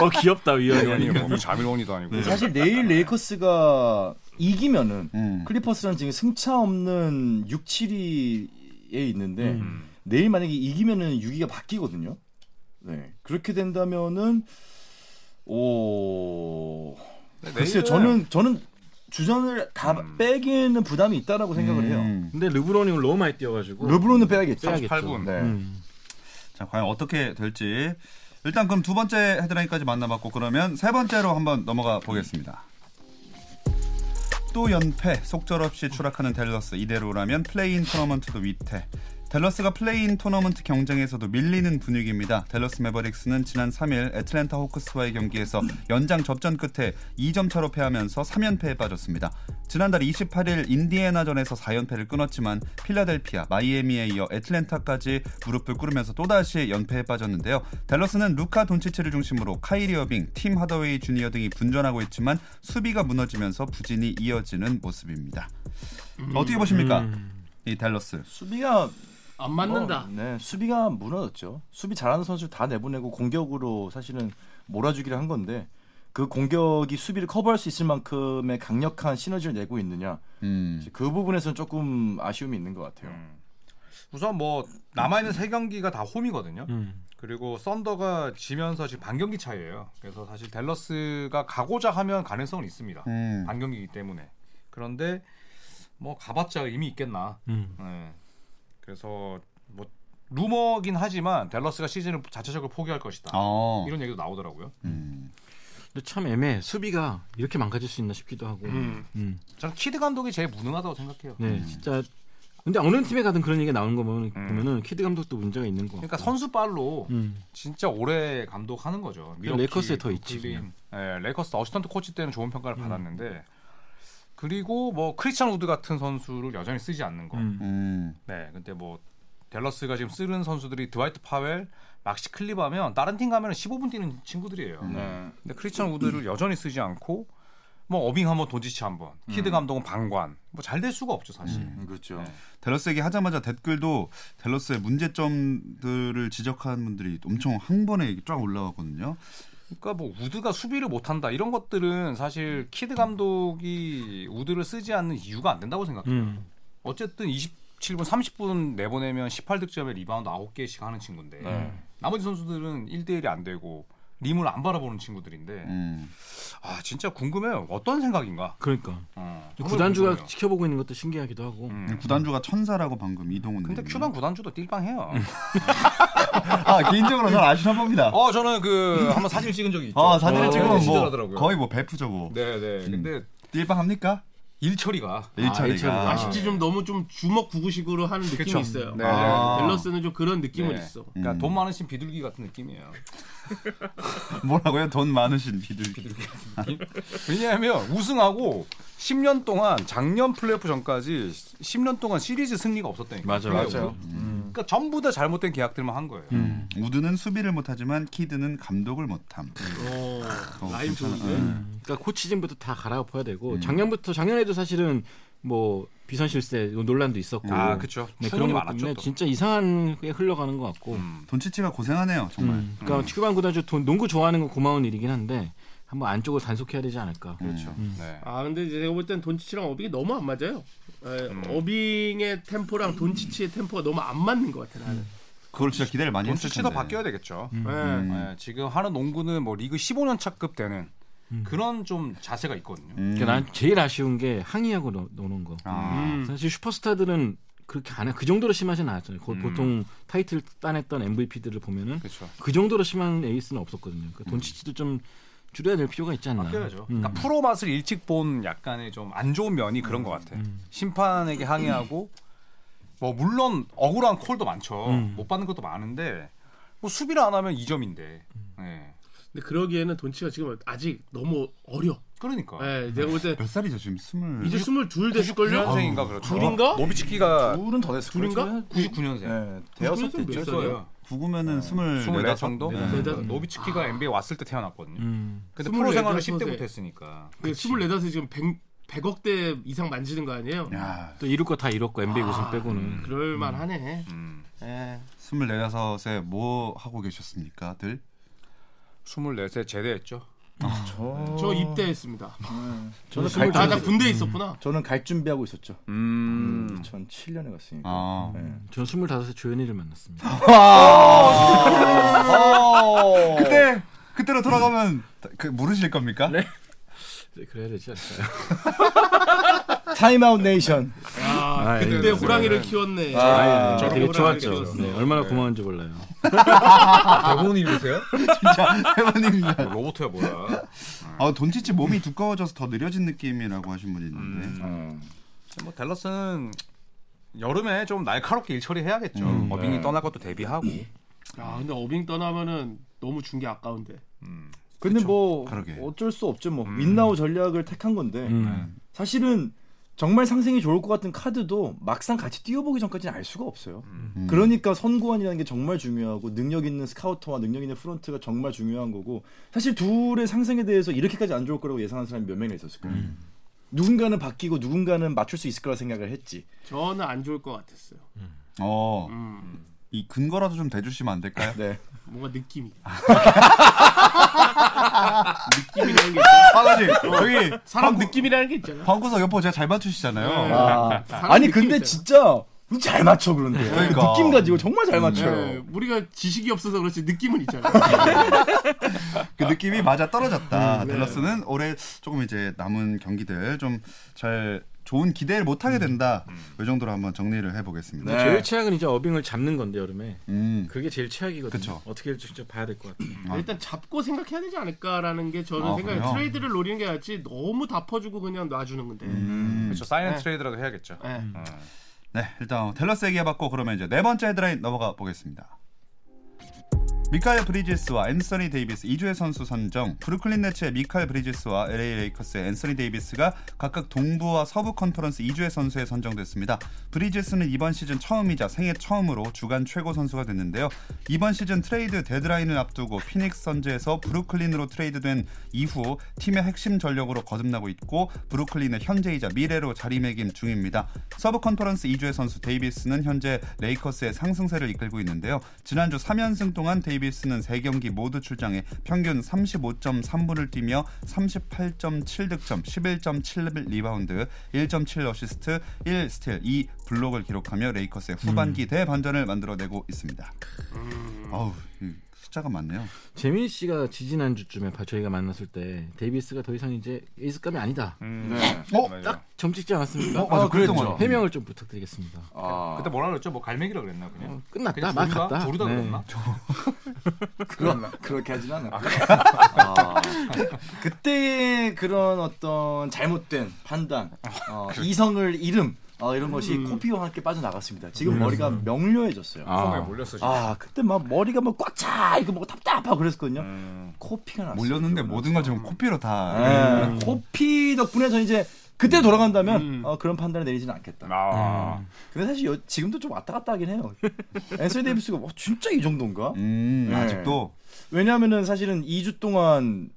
Speaker 5: 어 귀엽다
Speaker 3: 아니,
Speaker 5: 위원이.
Speaker 3: 뭐 자밀원이도 아니고.
Speaker 7: 사실 내일 레이커스가 이기면은
Speaker 2: 음.
Speaker 7: 클리퍼스랑 지금 승차 없는 6, 7위에 있는데 내일 만약에 이기면은 6위가 바뀌거든요. 네. 그렇게 된다면은 오
Speaker 3: 네.
Speaker 7: 글쎄요. 그렇죠.
Speaker 3: 음.
Speaker 7: 저는 저는 주전을 다 빼기는 부담이 있다라고 생각을 해요.
Speaker 2: 음.
Speaker 5: 근데 르브론이 오늘 너무 많이 뛰어가지고.
Speaker 7: 르브론은 빼야겠죠.
Speaker 5: 빼야겠죠.
Speaker 3: 8분.
Speaker 7: 네.
Speaker 5: 음.
Speaker 2: 자, 과연 어떻게 될지. 일단 그럼 두 번째 헤드라인까지 만나봤고 그러면 세 번째로 한번 넘어가 보겠습니다. 또 연패, 속절없이 추락하는 댈러스. 이대로라면 플레이인 토너먼트도 위태. 댈러스가 플레이인 토너먼트 경쟁에서도 밀리는 분위기입니다. 댈러스 매버릭스는 지난 3일 애틀랜타 호크스와의 경기에서 연장 접전 끝에 2점 차로 패하면서 3연패에 빠졌습니다. 지난달 28일 인디애나전에서 4연패를 끊었지만 필라델피아, 마이애미에 이어 애틀랜타까지 무릎을 꿇으면서 또다시 연패에 빠졌는데요. 댈러스는 루카 돈치치를 중심으로 카이리 어빙, 팀 하더웨이 주니어 등이 분전하고 있지만 수비가 무너지면서 부진이 이어지는 모습입니다. 어떻게 보십니까? 이 댈러스.
Speaker 7: 수비가
Speaker 4: 안 맞는다.
Speaker 7: 어, 네, 수비가 무너졌죠. 수비 잘하는 선수를 다 내보내고 공격으로 사실은 몰아주기를 한 건데 그 공격이 수비를 커버할 수 있을 만큼의 강력한 시너지를 내고 있느냐
Speaker 2: 음.
Speaker 7: 그 부분에서는 조금 아쉬움이 있는 것 같아요.
Speaker 3: 음. 우선 뭐 남아 있는 세 경기가 다 홈이거든요.
Speaker 5: 음.
Speaker 3: 그리고 썬더가 지면서 지금 반경기 차이예요. 그래서 사실 댈러스가 가고자 하면 가능성은 있습니다.
Speaker 2: 음.
Speaker 3: 반경기이기 때문에. 그런데 뭐 가봤자 의미 있겠나.
Speaker 5: 음.
Speaker 3: 예. 그래서 뭐 루머긴 하지만 댈러스가 시즌을 자체적으로 포기할 것이다.
Speaker 2: 어.
Speaker 3: 이런 얘기도 나오더라고요.
Speaker 2: 음.
Speaker 5: 근데 참 애매해. 수비가 이렇게 망가질 수 있나 싶기도 하고.
Speaker 3: 음.
Speaker 5: 음.
Speaker 3: 저는 키드 감독이 제일 무능하다고 생각해요.
Speaker 5: 네, 진짜. 근데 어느 팀에 가든 그런 얘기가 나오는 거 보면, 보면은 키드 감독도 문제가 있는 거.
Speaker 3: 음. 그러니까 선수 빨로
Speaker 5: 음.
Speaker 3: 진짜 오래 감독하는 거죠. 밀워키,
Speaker 5: 그 레이커스에 더 있지, 음.
Speaker 3: 브루클린. 예, 레이커스 어시턴트 코치 때는 좋은 평가를 받았는데 그리고 뭐 크리스찬 우드 같은 선수를 여전히 쓰지 않는 거.
Speaker 5: 음.
Speaker 2: 음.
Speaker 3: 네, 근데 뭐 댈러스가 지금 쓰는 선수들이 드와이트 파웰, 막시 클립하면 다른 팀 가면 15분 뛰는 친구들이에요.
Speaker 5: 음.
Speaker 7: 네.
Speaker 3: 근데 크리스찬 우드를 여전히 쓰지 않고 뭐 어빙 한번 돈지치 한번
Speaker 5: 음.
Speaker 3: 키드 감독은 방관 뭐 잘 될 수가 없죠 사실.
Speaker 7: 그렇죠.
Speaker 2: 델러스 얘기 하자마자 댓글도 델러스의 문제점들을 지적하는 분들이 엄청 한 번에 이렇게 쫙 올라왔거든요.
Speaker 3: 그러니까 뭐 우드가 수비를 못한다 이런 것들은 사실 키드 감독이 우드를 쓰지 않는 이유가 안 된다고 생각해요.
Speaker 5: 음.
Speaker 3: 어쨌든 27분 30분 내보내면 18득점에 리바운드 9개씩 하는 친구인데 나머지 선수들은 1대1이 안 되고 림을 안 바라보는 친구들인데
Speaker 2: 음.
Speaker 3: 아 진짜 궁금해요. 어떤 생각인가?
Speaker 5: 그러니까.
Speaker 3: 어, 정말
Speaker 5: 구단주가
Speaker 3: 궁금해요.
Speaker 5: 지켜보고 있는 것도 신기하기도 하고.
Speaker 3: 음.
Speaker 2: 구단주가 천사라고 방금 이동훈.
Speaker 3: 근데
Speaker 2: 님이.
Speaker 3: 큐반 구단주도 띨빵해요.
Speaker 2: 아 개인적으로 는 아시나 봅니다.
Speaker 3: 어 저는 그 한번 사진 찍은 적이 있죠.
Speaker 2: 아 사진을
Speaker 3: 어,
Speaker 2: 찍으면 뭐
Speaker 3: 친절하더라고요.
Speaker 2: 거의 뭐 베프죠 뭐.
Speaker 3: 네네. 근데
Speaker 2: 딜방 합니까?
Speaker 3: 일처리가
Speaker 2: 일처리가.
Speaker 5: 일처리가.
Speaker 4: 아쉽지 좀 너무 좀 주먹 구구식으로 하는 느낌이 있어요.
Speaker 3: 네.
Speaker 2: 아.
Speaker 4: 밸런스는 좀 그런 느낌은
Speaker 3: 네.
Speaker 4: 있어.
Speaker 3: 그러니까
Speaker 2: 음.
Speaker 3: 돈 많으신 비둘기 같은 느낌이에요.
Speaker 2: 뭐라고요? 돈 많으신 비둘기.
Speaker 3: 왜냐하면 우승하고 10년 동안 작년 플레이오프 전까지 10년 동안 시리즈 승리가 없었다니까.
Speaker 5: 맞아요. 음.
Speaker 3: 플레이오프.
Speaker 7: 맞아요.
Speaker 3: 그러니까 전부 다 잘못된 계약들만 한 거예요.
Speaker 2: 음. 우드는 수비를 못하지만 키드는 감독을 못함.
Speaker 3: 음.
Speaker 4: 어,
Speaker 2: 어,
Speaker 4: 라임
Speaker 2: 괜찮아.
Speaker 4: 좋은데.
Speaker 2: 음.
Speaker 5: 그러니까 코치진부터 다 갈아엎어야 되고
Speaker 3: 음.
Speaker 5: 작년부터 작년에도 사실은 뭐 비선 실세 논란도 있었고.
Speaker 3: 아, 그쵸.
Speaker 5: 네,
Speaker 3: 충분히
Speaker 5: 그런 것
Speaker 3: 많았죠.
Speaker 5: 때문에
Speaker 3: 또.
Speaker 5: 진짜 이상한 게 흘러가는 것 같고.
Speaker 2: 돈치치가 고생하네요 정말.
Speaker 5: 음, 그러니까 축구반 구단주 돈 농구 좋아하는 건 고마운 일이긴 한데 한번 안쪽을 단속해야 되지 않을까.
Speaker 3: 그렇죠. 네.
Speaker 5: 음.
Speaker 4: 아 근데 이제 제가 볼 땐 돈치치랑 어빙이 너무 안 맞아요. 에, 어빙의 템포랑 돈치치의 템포가 너무 안 맞는 것 같아 나는.
Speaker 2: 그걸 진짜 기대를 많이 했을 텐데.
Speaker 3: 돈치치도 바뀌어야 되겠죠.
Speaker 5: 음.
Speaker 4: 예.
Speaker 3: 네, 지금 하는 농구는 뭐 리그 15년 차급 되는
Speaker 5: 음.
Speaker 3: 그런 좀 자세가 있거든요.
Speaker 2: 음.
Speaker 5: 그러니까 난 제일 아쉬운 게 항의하고 노, 노는 거.
Speaker 2: 아.
Speaker 4: 음.
Speaker 5: 사실 슈퍼스타들은 그렇게 안 해. 그 정도로 심하진 않았잖아요. 거-
Speaker 3: 음.
Speaker 5: 보통 타이틀 따냈던 MVP들을 보면은
Speaker 3: 그렇죠.
Speaker 5: 그 정도로 심한 에이스는 없었거든요. 그러니까 돈치치도 좀 줄여야 될 필요가 있지 않나.
Speaker 3: 바뀌어야죠.
Speaker 5: 음.
Speaker 3: 그러니까 프로 맛을 일찍 본 약간의 좀 안 좋은 면이 그런 것 같아. 요 심판에게 항의하고 뭐 물론 억울한 콜도 많죠.
Speaker 5: 음.
Speaker 3: 못 받는 것도 많은데 뭐 수비를 안 하면 2점인데. 예.
Speaker 4: 근데 그러기에는 돈치가 지금 아직 너무 어려.
Speaker 3: 그러니까.
Speaker 4: 예, 제가 볼 때
Speaker 2: 몇 살이죠 지금 스물.
Speaker 4: 이제 22 됐을걸요?
Speaker 3: 99년생인가 그렇죠.
Speaker 4: 둘인가?
Speaker 3: 노비츠키가
Speaker 7: 둘은 더 됐을 거예요.
Speaker 4: 둘인가?
Speaker 3: 99년생.
Speaker 7: 네, 대여섯
Speaker 4: 둘은
Speaker 7: 됐죠.
Speaker 4: 몇 살이에요?
Speaker 2: 구구면은 스물
Speaker 3: 어, 스물네 정도?
Speaker 4: 네.
Speaker 3: 그러니까 노비츠키가 NBA 왔을 때 태어났거든요.
Speaker 5: 음.
Speaker 3: 근데 프로 생활을
Speaker 4: 24
Speaker 3: 10대부터 했으니까.
Speaker 4: 그 24세 지금 100, 100억대 이상 만지는 거 아니에요?
Speaker 2: 야
Speaker 5: 또 이룰 거 다 이뤘고 NBA 우승
Speaker 4: 아,
Speaker 5: 빼고는.
Speaker 4: 그럴 만하네.
Speaker 3: 음.
Speaker 4: 예.
Speaker 2: 스물네 다섯에 뭐 하고 계셨습니까, 들?
Speaker 3: 24세 제대했죠.
Speaker 7: 저...
Speaker 4: 저 입대했습니다.
Speaker 7: 저는 갈
Speaker 4: 아, 나
Speaker 7: 준비-
Speaker 4: 군대에 있었구나.
Speaker 7: 저는 갈 준비하고 있었죠.
Speaker 3: 음.
Speaker 7: 2007년에 갔으니까.
Speaker 2: 아.
Speaker 7: 네.
Speaker 5: 전 25세 조현이를 만났습니다.
Speaker 3: 어.
Speaker 2: 그때 그때로 돌아가면 다- 그, 모르실 겁니까?
Speaker 5: 네, 그래야 되지 않을까요?
Speaker 7: 타임아웃 네이션.
Speaker 4: 아,
Speaker 5: 아,
Speaker 4: 그때
Speaker 5: 예,
Speaker 4: 호랑이를 키웠네.
Speaker 5: 아,
Speaker 4: 예, 저런
Speaker 5: 되게
Speaker 4: 호랑이를
Speaker 5: 좋았죠.
Speaker 4: 키웠어.
Speaker 5: 네, 얼마나 고마운지 몰라요.
Speaker 3: 대본이 이러세요?
Speaker 2: 진짜 대박입니다.
Speaker 3: 로봇이야 뭐야.
Speaker 2: 아 돈치치 몸이 두꺼워져서 더 느려진 느낌이라고 하신 분이
Speaker 5: 음.
Speaker 2: 있는데.
Speaker 4: 음.
Speaker 5: 어.
Speaker 3: 뭐 댈러스는 여름에 좀 날카롭게 일 처리해야겠죠.
Speaker 5: 음. 네.
Speaker 3: 어빙이 떠날 것도 대비하고.
Speaker 4: 아, 근데 어빙 떠나면은 너무 준 게 아까운데.
Speaker 7: 근데 뭐
Speaker 2: 그러게.
Speaker 7: 어쩔 수 없죠. 뭐 윈나우 전략을 택한 건데
Speaker 5: 음.
Speaker 7: 사실은 정말 상승이 좋을 것 같은 카드도 막상 같이 뛰어보기 전까지는 알 수가 없어요.
Speaker 4: 음.
Speaker 7: 그러니까 선구안이라는 게 정말 중요하고 능력 있는 스카우터와 능력 있는 프론트가 정말 중요한 거고 사실 둘의 상승에 대해서 이렇게까지 안 좋을 거라고 예상한 사람이 몇 명이나 있었을 거예요.
Speaker 4: 음.
Speaker 7: 누군가는 바뀌고 누군가는 맞출 수 있을 거라 생각을 했지.
Speaker 4: 저는 안 좋을 것 같았어요.
Speaker 2: 어.
Speaker 4: 음,
Speaker 2: 이 근거라도 좀 대주시면 안 될까요?
Speaker 7: 네.
Speaker 4: 뭔가 느낌이. 느낌이라는 게 있잖아.
Speaker 2: 아, 맞지. 여기
Speaker 4: 사람 느낌이라는 게 있잖아.
Speaker 2: 방구석 여포 제가 잘 맞추시잖아요.
Speaker 4: 네.
Speaker 7: 아,
Speaker 4: 사람
Speaker 7: 아니
Speaker 4: 느낌이
Speaker 7: 근데
Speaker 4: 있어요.
Speaker 7: 진짜 잘 맞춰 그런데
Speaker 2: 그러니까.
Speaker 7: 느낌 가지고 정말 잘 맞춰요.
Speaker 4: 네, 우리가 지식이 없어서 그렇지 느낌은 있잖아요.
Speaker 2: 그 느낌이 맞아 떨어졌다.
Speaker 4: 음, 네.
Speaker 2: 댈러스는 올해 조금 이제 남은 경기들 좀 잘 좋은 기대를 못
Speaker 4: 음.
Speaker 2: 하게 된다. 이 정도로 한번 정리를 해보겠습니다.
Speaker 7: 네.
Speaker 5: 제일 최악은 이제 어빙을 잡는 건데 여름에
Speaker 2: 음.
Speaker 5: 그게 제일 최악이거든요.
Speaker 2: 그쵸.
Speaker 5: 어떻게 될지 직접 봐야 될 것 같아요.
Speaker 2: 아.
Speaker 4: 일단 잡고 생각해야 되지 않을까라는 게 저는
Speaker 2: 아,
Speaker 4: 생각에
Speaker 2: 그래요?
Speaker 4: 트레이드를 노리는 게 낫지 너무 다 퍼주고 그냥 놔주는 건데.
Speaker 3: 그렇죠. 사인 앤
Speaker 4: 네.
Speaker 3: 트레이드라도 해야겠죠.
Speaker 5: 어?
Speaker 4: 예.
Speaker 3: 음.
Speaker 2: 네, 일단 댈러스 얘기해봤고 그러면 이제 네 번째 헤드라인 넘어가 보겠습니다. 미카엘 브리지스와 앤서니 데이비스 2주의 선수 선정 브루클린 네츠의 미카엘 브리지스와 LA 레이커스의 앤서니 데이비스가 각각 동부와 서부 컨퍼런스 2주의 선수에 선정됐습니다. 브리지스는 이번 시즌 처음이자 생애 처음으로 주간 최고 선수가 됐는데요. 이번 시즌 트레이드 데드라인을 앞두고 피닉스 선즈에서 브루클린으로 트레이드된 이후 팀의 핵심 전력으로 거듭나고 있고 브루클린의 네, 현재이자 미래로 자리매김 중입니다. 서부 컨퍼런스 2주의 선수 데이비스는 현재 레이커스의 상승세를 이끌고 있는데요. 지난주 3연승 동안 데이비스는 3경기 모두 출장해 평균 35.3분을 뛰며 38.7득점, 11.7 리바운드, 1.7 어시스트, 1스틸, 2 블록을 기록하며 레이커스의 후반기 대반전을 만들어내고 있습니다. 아우 이 숫자가 많네요.
Speaker 5: 재민 씨가 지지난 주쯤에 바- 저희가 만났을 때 데이비스가 더 이상 이제 에이스감이 아니다.
Speaker 4: 네.
Speaker 3: 음.
Speaker 7: 네.
Speaker 2: 어?
Speaker 3: 맞아요.
Speaker 5: 점 찍지 않았습니까?
Speaker 2: 어, 맞아.
Speaker 5: 아,
Speaker 2: 그랬던
Speaker 5: 그랬죠.
Speaker 2: 것 같아요.
Speaker 5: 해명을 좀 부탁드리겠습니다.
Speaker 7: 아,
Speaker 3: 그때 뭐라 그랬죠? 뭐 갈매기라 그랬나 그냥.
Speaker 5: 끝났다.
Speaker 3: 그냥
Speaker 5: 막
Speaker 3: 조르다?
Speaker 5: 음. 갔다.
Speaker 3: 조르다
Speaker 5: 네.
Speaker 3: 그랬나?
Speaker 7: 그런 그렇게 하진 않아. 그때 그런 어떤 잘못된 판단, 어, 이성을 잃음 어, 이런 것이 코피와 함께 빠져나갔습니다. 지금 머리가 명료해졌어요. 아,
Speaker 3: 처음에 몰렸어 지금.
Speaker 7: 그때 막 머리가 막 꽉차 이거 뭐 답답하고 그랬거든요.
Speaker 3: 음.
Speaker 7: 코피가 났어요.
Speaker 2: 몰렸는데 모든 걸 지금 코피로 다.
Speaker 7: 예, 코피 덕분에 저 이제 그때 돌아간다면 어, 그런 판단을 내리지는 않겠다.
Speaker 3: 아.
Speaker 5: 음.
Speaker 7: 근데 사실 여- 지금도 좀 왔다 갔다 하긴 해요. 앤서니 데이비스가 와, 진짜 이 정도인가?
Speaker 2: 음,
Speaker 7: 네.
Speaker 2: 아직도
Speaker 7: 왜냐하면은 사실은 2주 동안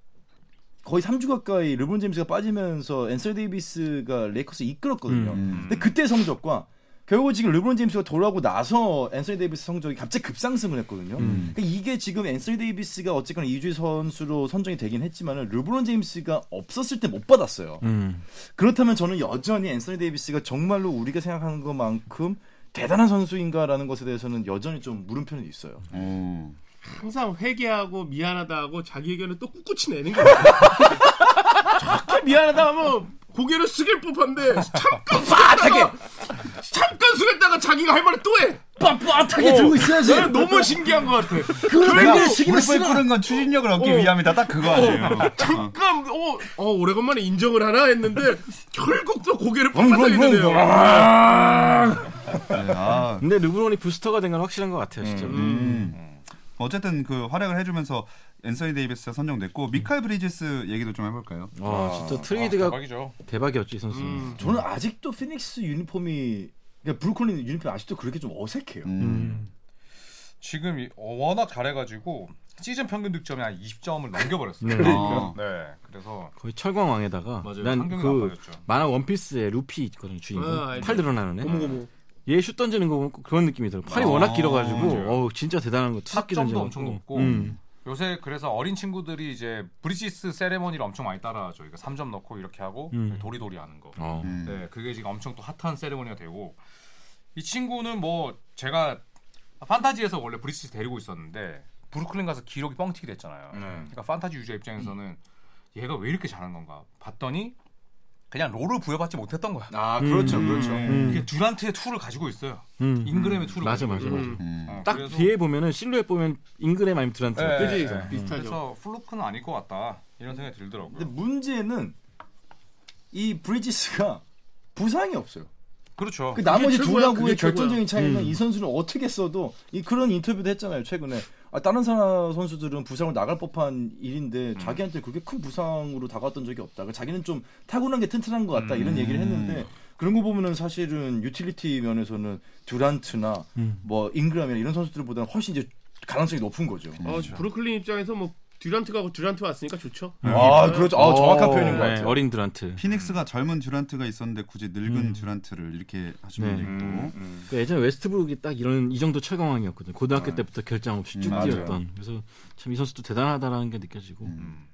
Speaker 7: 거의 3주 가까이 르본 제임스가 빠지면서 앤서니 데이비스가 레이커스 이끌었거든요.
Speaker 2: 음.
Speaker 7: 근데 그때 성적과 결국 지금 르브론 제임스가 돌아오고 나서 앤서니 데이비스 성적이 갑자기 급상승을 했거든요. 그러니까 이게 지금 앤서니 데이비스가 어쨌거나 2주 선수로 선정이 되긴 했지만 르브론 제임스가 없었을 때 못 받았어요.
Speaker 5: 음.
Speaker 7: 그렇다면 저는 여전히 앤서니 데이비스가 정말로 우리가 생각하는 것만큼 대단한 선수인가라는 것에 대해서는 여전히 좀 물음표는 있어요.
Speaker 2: 어.
Speaker 4: 항상 회개하고 미안하다고 자기 의견을 또 꿋꿋이 내는 거야. 정말 미안하다 하면 고개를 숙일 법한데 잠깐 숙였다가 잠깐 숙였다가 자기가 할 말을 또 해.
Speaker 7: 빳빳하게 들고 있어야지.
Speaker 4: 나는 너무 신기한 것 같아.
Speaker 5: 그러니까
Speaker 7: 그러면
Speaker 2: 무릎을 꿇은 건 추진력을 얻기
Speaker 4: 어.
Speaker 2: 위함이다. 딱 그거 아니에요.
Speaker 4: 잠깐 어, 어 오래간만에 인정을 하나 했는데 결국 또 고개를 빡빡하게
Speaker 7: 붕붕붕.
Speaker 4: 되네요.
Speaker 2: 아,
Speaker 5: 근데 르브론이 부스터가 된 건 확실한 것 같아요, 진짜.
Speaker 2: 음. 어쨌든 그 활약을 해주면서 앤서니 데이비스가 선정됐고 미칼 브리지스 얘기도 좀 해볼까요?
Speaker 5: 아, 진짜 트레이드가
Speaker 3: 아, 대박이죠.
Speaker 5: 대박이었지 이 선수. 는
Speaker 4: 음.
Speaker 7: 저는 아직도 피닉스 유니폼이 그러니까 브루클린 유니폼이 아직도 그렇게 좀 어색해요.
Speaker 2: 음.
Speaker 3: 지금 이- 어, 워낙 잘해가지고 시즌 평균 득점이 한 20점을 넘겨버렸어요.
Speaker 5: 네.
Speaker 2: 그러니까요.
Speaker 3: 네. 그래서
Speaker 5: 거의 철광왕에다가
Speaker 3: 맞아요. 환경이
Speaker 5: 난그
Speaker 3: 나빠졌죠.
Speaker 5: 만화 원피스의 루피 있거든요 주인공
Speaker 4: 아, 알죠.
Speaker 5: 팔 늘어나는 애.
Speaker 4: 고모고모.
Speaker 5: 얘 슛 던지는 거 보면 그런 느낌이 들어요. 팔이
Speaker 2: 아,
Speaker 5: 워낙 길어가지고
Speaker 3: 맞아요.
Speaker 5: 어우 진짜 대단한 거. 투석기
Speaker 3: 타점도
Speaker 5: 던져가지고.
Speaker 3: 엄청 높고
Speaker 5: 음.
Speaker 3: 요새 그래서 어린 친구들이 이제 브리지스 세레머니를 엄청 많이 따라하죠. 그러니까 3점 넣고 이렇게 하고
Speaker 5: 음.
Speaker 3: 도리도리 하는 거.
Speaker 5: 어.
Speaker 2: 음.
Speaker 3: 네, 그게 지금 엄청 또 핫한 세레머니가 되고 이 친구는 뭐 제가 판타지에서 원래 브리지스 데리고 있었는데 브루클린 가서 기록이 뻥튀기 됐잖아요. 그러니까 판타지 유저 입장에서는 얘가 왜 이렇게 잘한 건가 봤더니 그냥 롤을 부여받지 못했던 거야.
Speaker 7: 아 그렇죠, 그렇죠.
Speaker 5: 음.
Speaker 3: 이게 듀란트의 툴을 가지고 있어요.
Speaker 5: 음.
Speaker 3: 잉그램의 툴을
Speaker 5: 맞아
Speaker 3: 가지고
Speaker 5: 맞아
Speaker 3: 있어요.
Speaker 5: 맞아.
Speaker 4: 음.
Speaker 2: 음.
Speaker 3: 어,
Speaker 5: 딱
Speaker 3: 그래서-
Speaker 5: 뒤에 보면은 실루엣 보면 잉그램 아니면 드란트.
Speaker 3: 네,
Speaker 5: 네.
Speaker 4: 그지?
Speaker 3: 네.
Speaker 4: 비슷하죠.
Speaker 3: 그래서 플루크는 아닐 것 같다 이런 생각이 들더라고요.
Speaker 7: 근데 문제는 이 브리지스가 부상이 없어요.
Speaker 3: 그렇죠.
Speaker 7: 그
Speaker 4: 그게
Speaker 7: 나머지
Speaker 4: 최고야,
Speaker 7: 둘하고의
Speaker 4: 그게 최고야.
Speaker 7: 결정적인 차이는 이 선수는 어떻게 써도 이 그런 인터뷰도 했잖아요 최근에 아, 다른 사람 선수들은 부상으로 나갈 법한 일인데 자기한테 그게 큰 부상으로 다가왔던 적이 없다. 그 자기는 좀 타고난 게 튼튼한 것 같다 이런 얘기를 했는데 그런 거 보면은 사실은 유틸리티 면에서는 듀란트나 뭐 잉그람이나 이런 선수들보다는 훨씬 이제 가능성이 높은 거죠.
Speaker 4: 어, 브루클린 입장에서 뭐 듀란트 가고 듀란트 왔으니까 좋죠. 음,
Speaker 7: 아 그렇죠. 아, 정확한 표현인 것
Speaker 5: 네,
Speaker 7: 같아요.
Speaker 5: 어린 드란트.
Speaker 3: 음.
Speaker 2: 피닉스가 젊은 듀란트가 있었는데 굳이 늙은 듀란트를 이렇게 하시면
Speaker 5: 네.
Speaker 2: 되고
Speaker 5: 그 예전에 웨스트브룩이 딱 이런 이 정도 철강왕이었거든요.
Speaker 3: 아.
Speaker 5: 고등학교 때부터 결장 없이 쭉
Speaker 2: 음, 맞아요.
Speaker 5: 뛰었던. 그래서 참 이 선수도 대단하다라는 게 느껴지고.
Speaker 3: 음.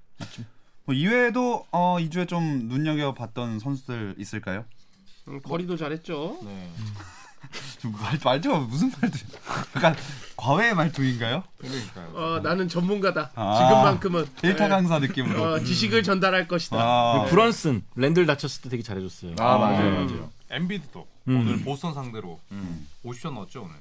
Speaker 2: 뭐 이외에도 어, 2주에 좀 눈여겨봤던 선수들 있을까요?
Speaker 4: 음, 거리도 잘했죠.
Speaker 3: 네.
Speaker 2: 말투 말투가 무슨 말투? 약간 과외 말투인가요?
Speaker 3: 그러니까요.
Speaker 4: 어, 나는 전문가다.
Speaker 2: 아.
Speaker 4: 지금만큼은
Speaker 2: 일타 강사
Speaker 4: 네.
Speaker 2: 느낌으로.
Speaker 4: 어, 지식을 전달할 것이다.
Speaker 5: 그
Speaker 2: 아,
Speaker 5: 브런슨 랜들 다쳤을 때 되게 잘해줬어요.
Speaker 7: 아 맞아요
Speaker 2: 음.
Speaker 7: 맞아요.
Speaker 3: 엔비드도
Speaker 5: 음.
Speaker 3: 오늘 보스턴 상대로 50점 넣었죠 오늘.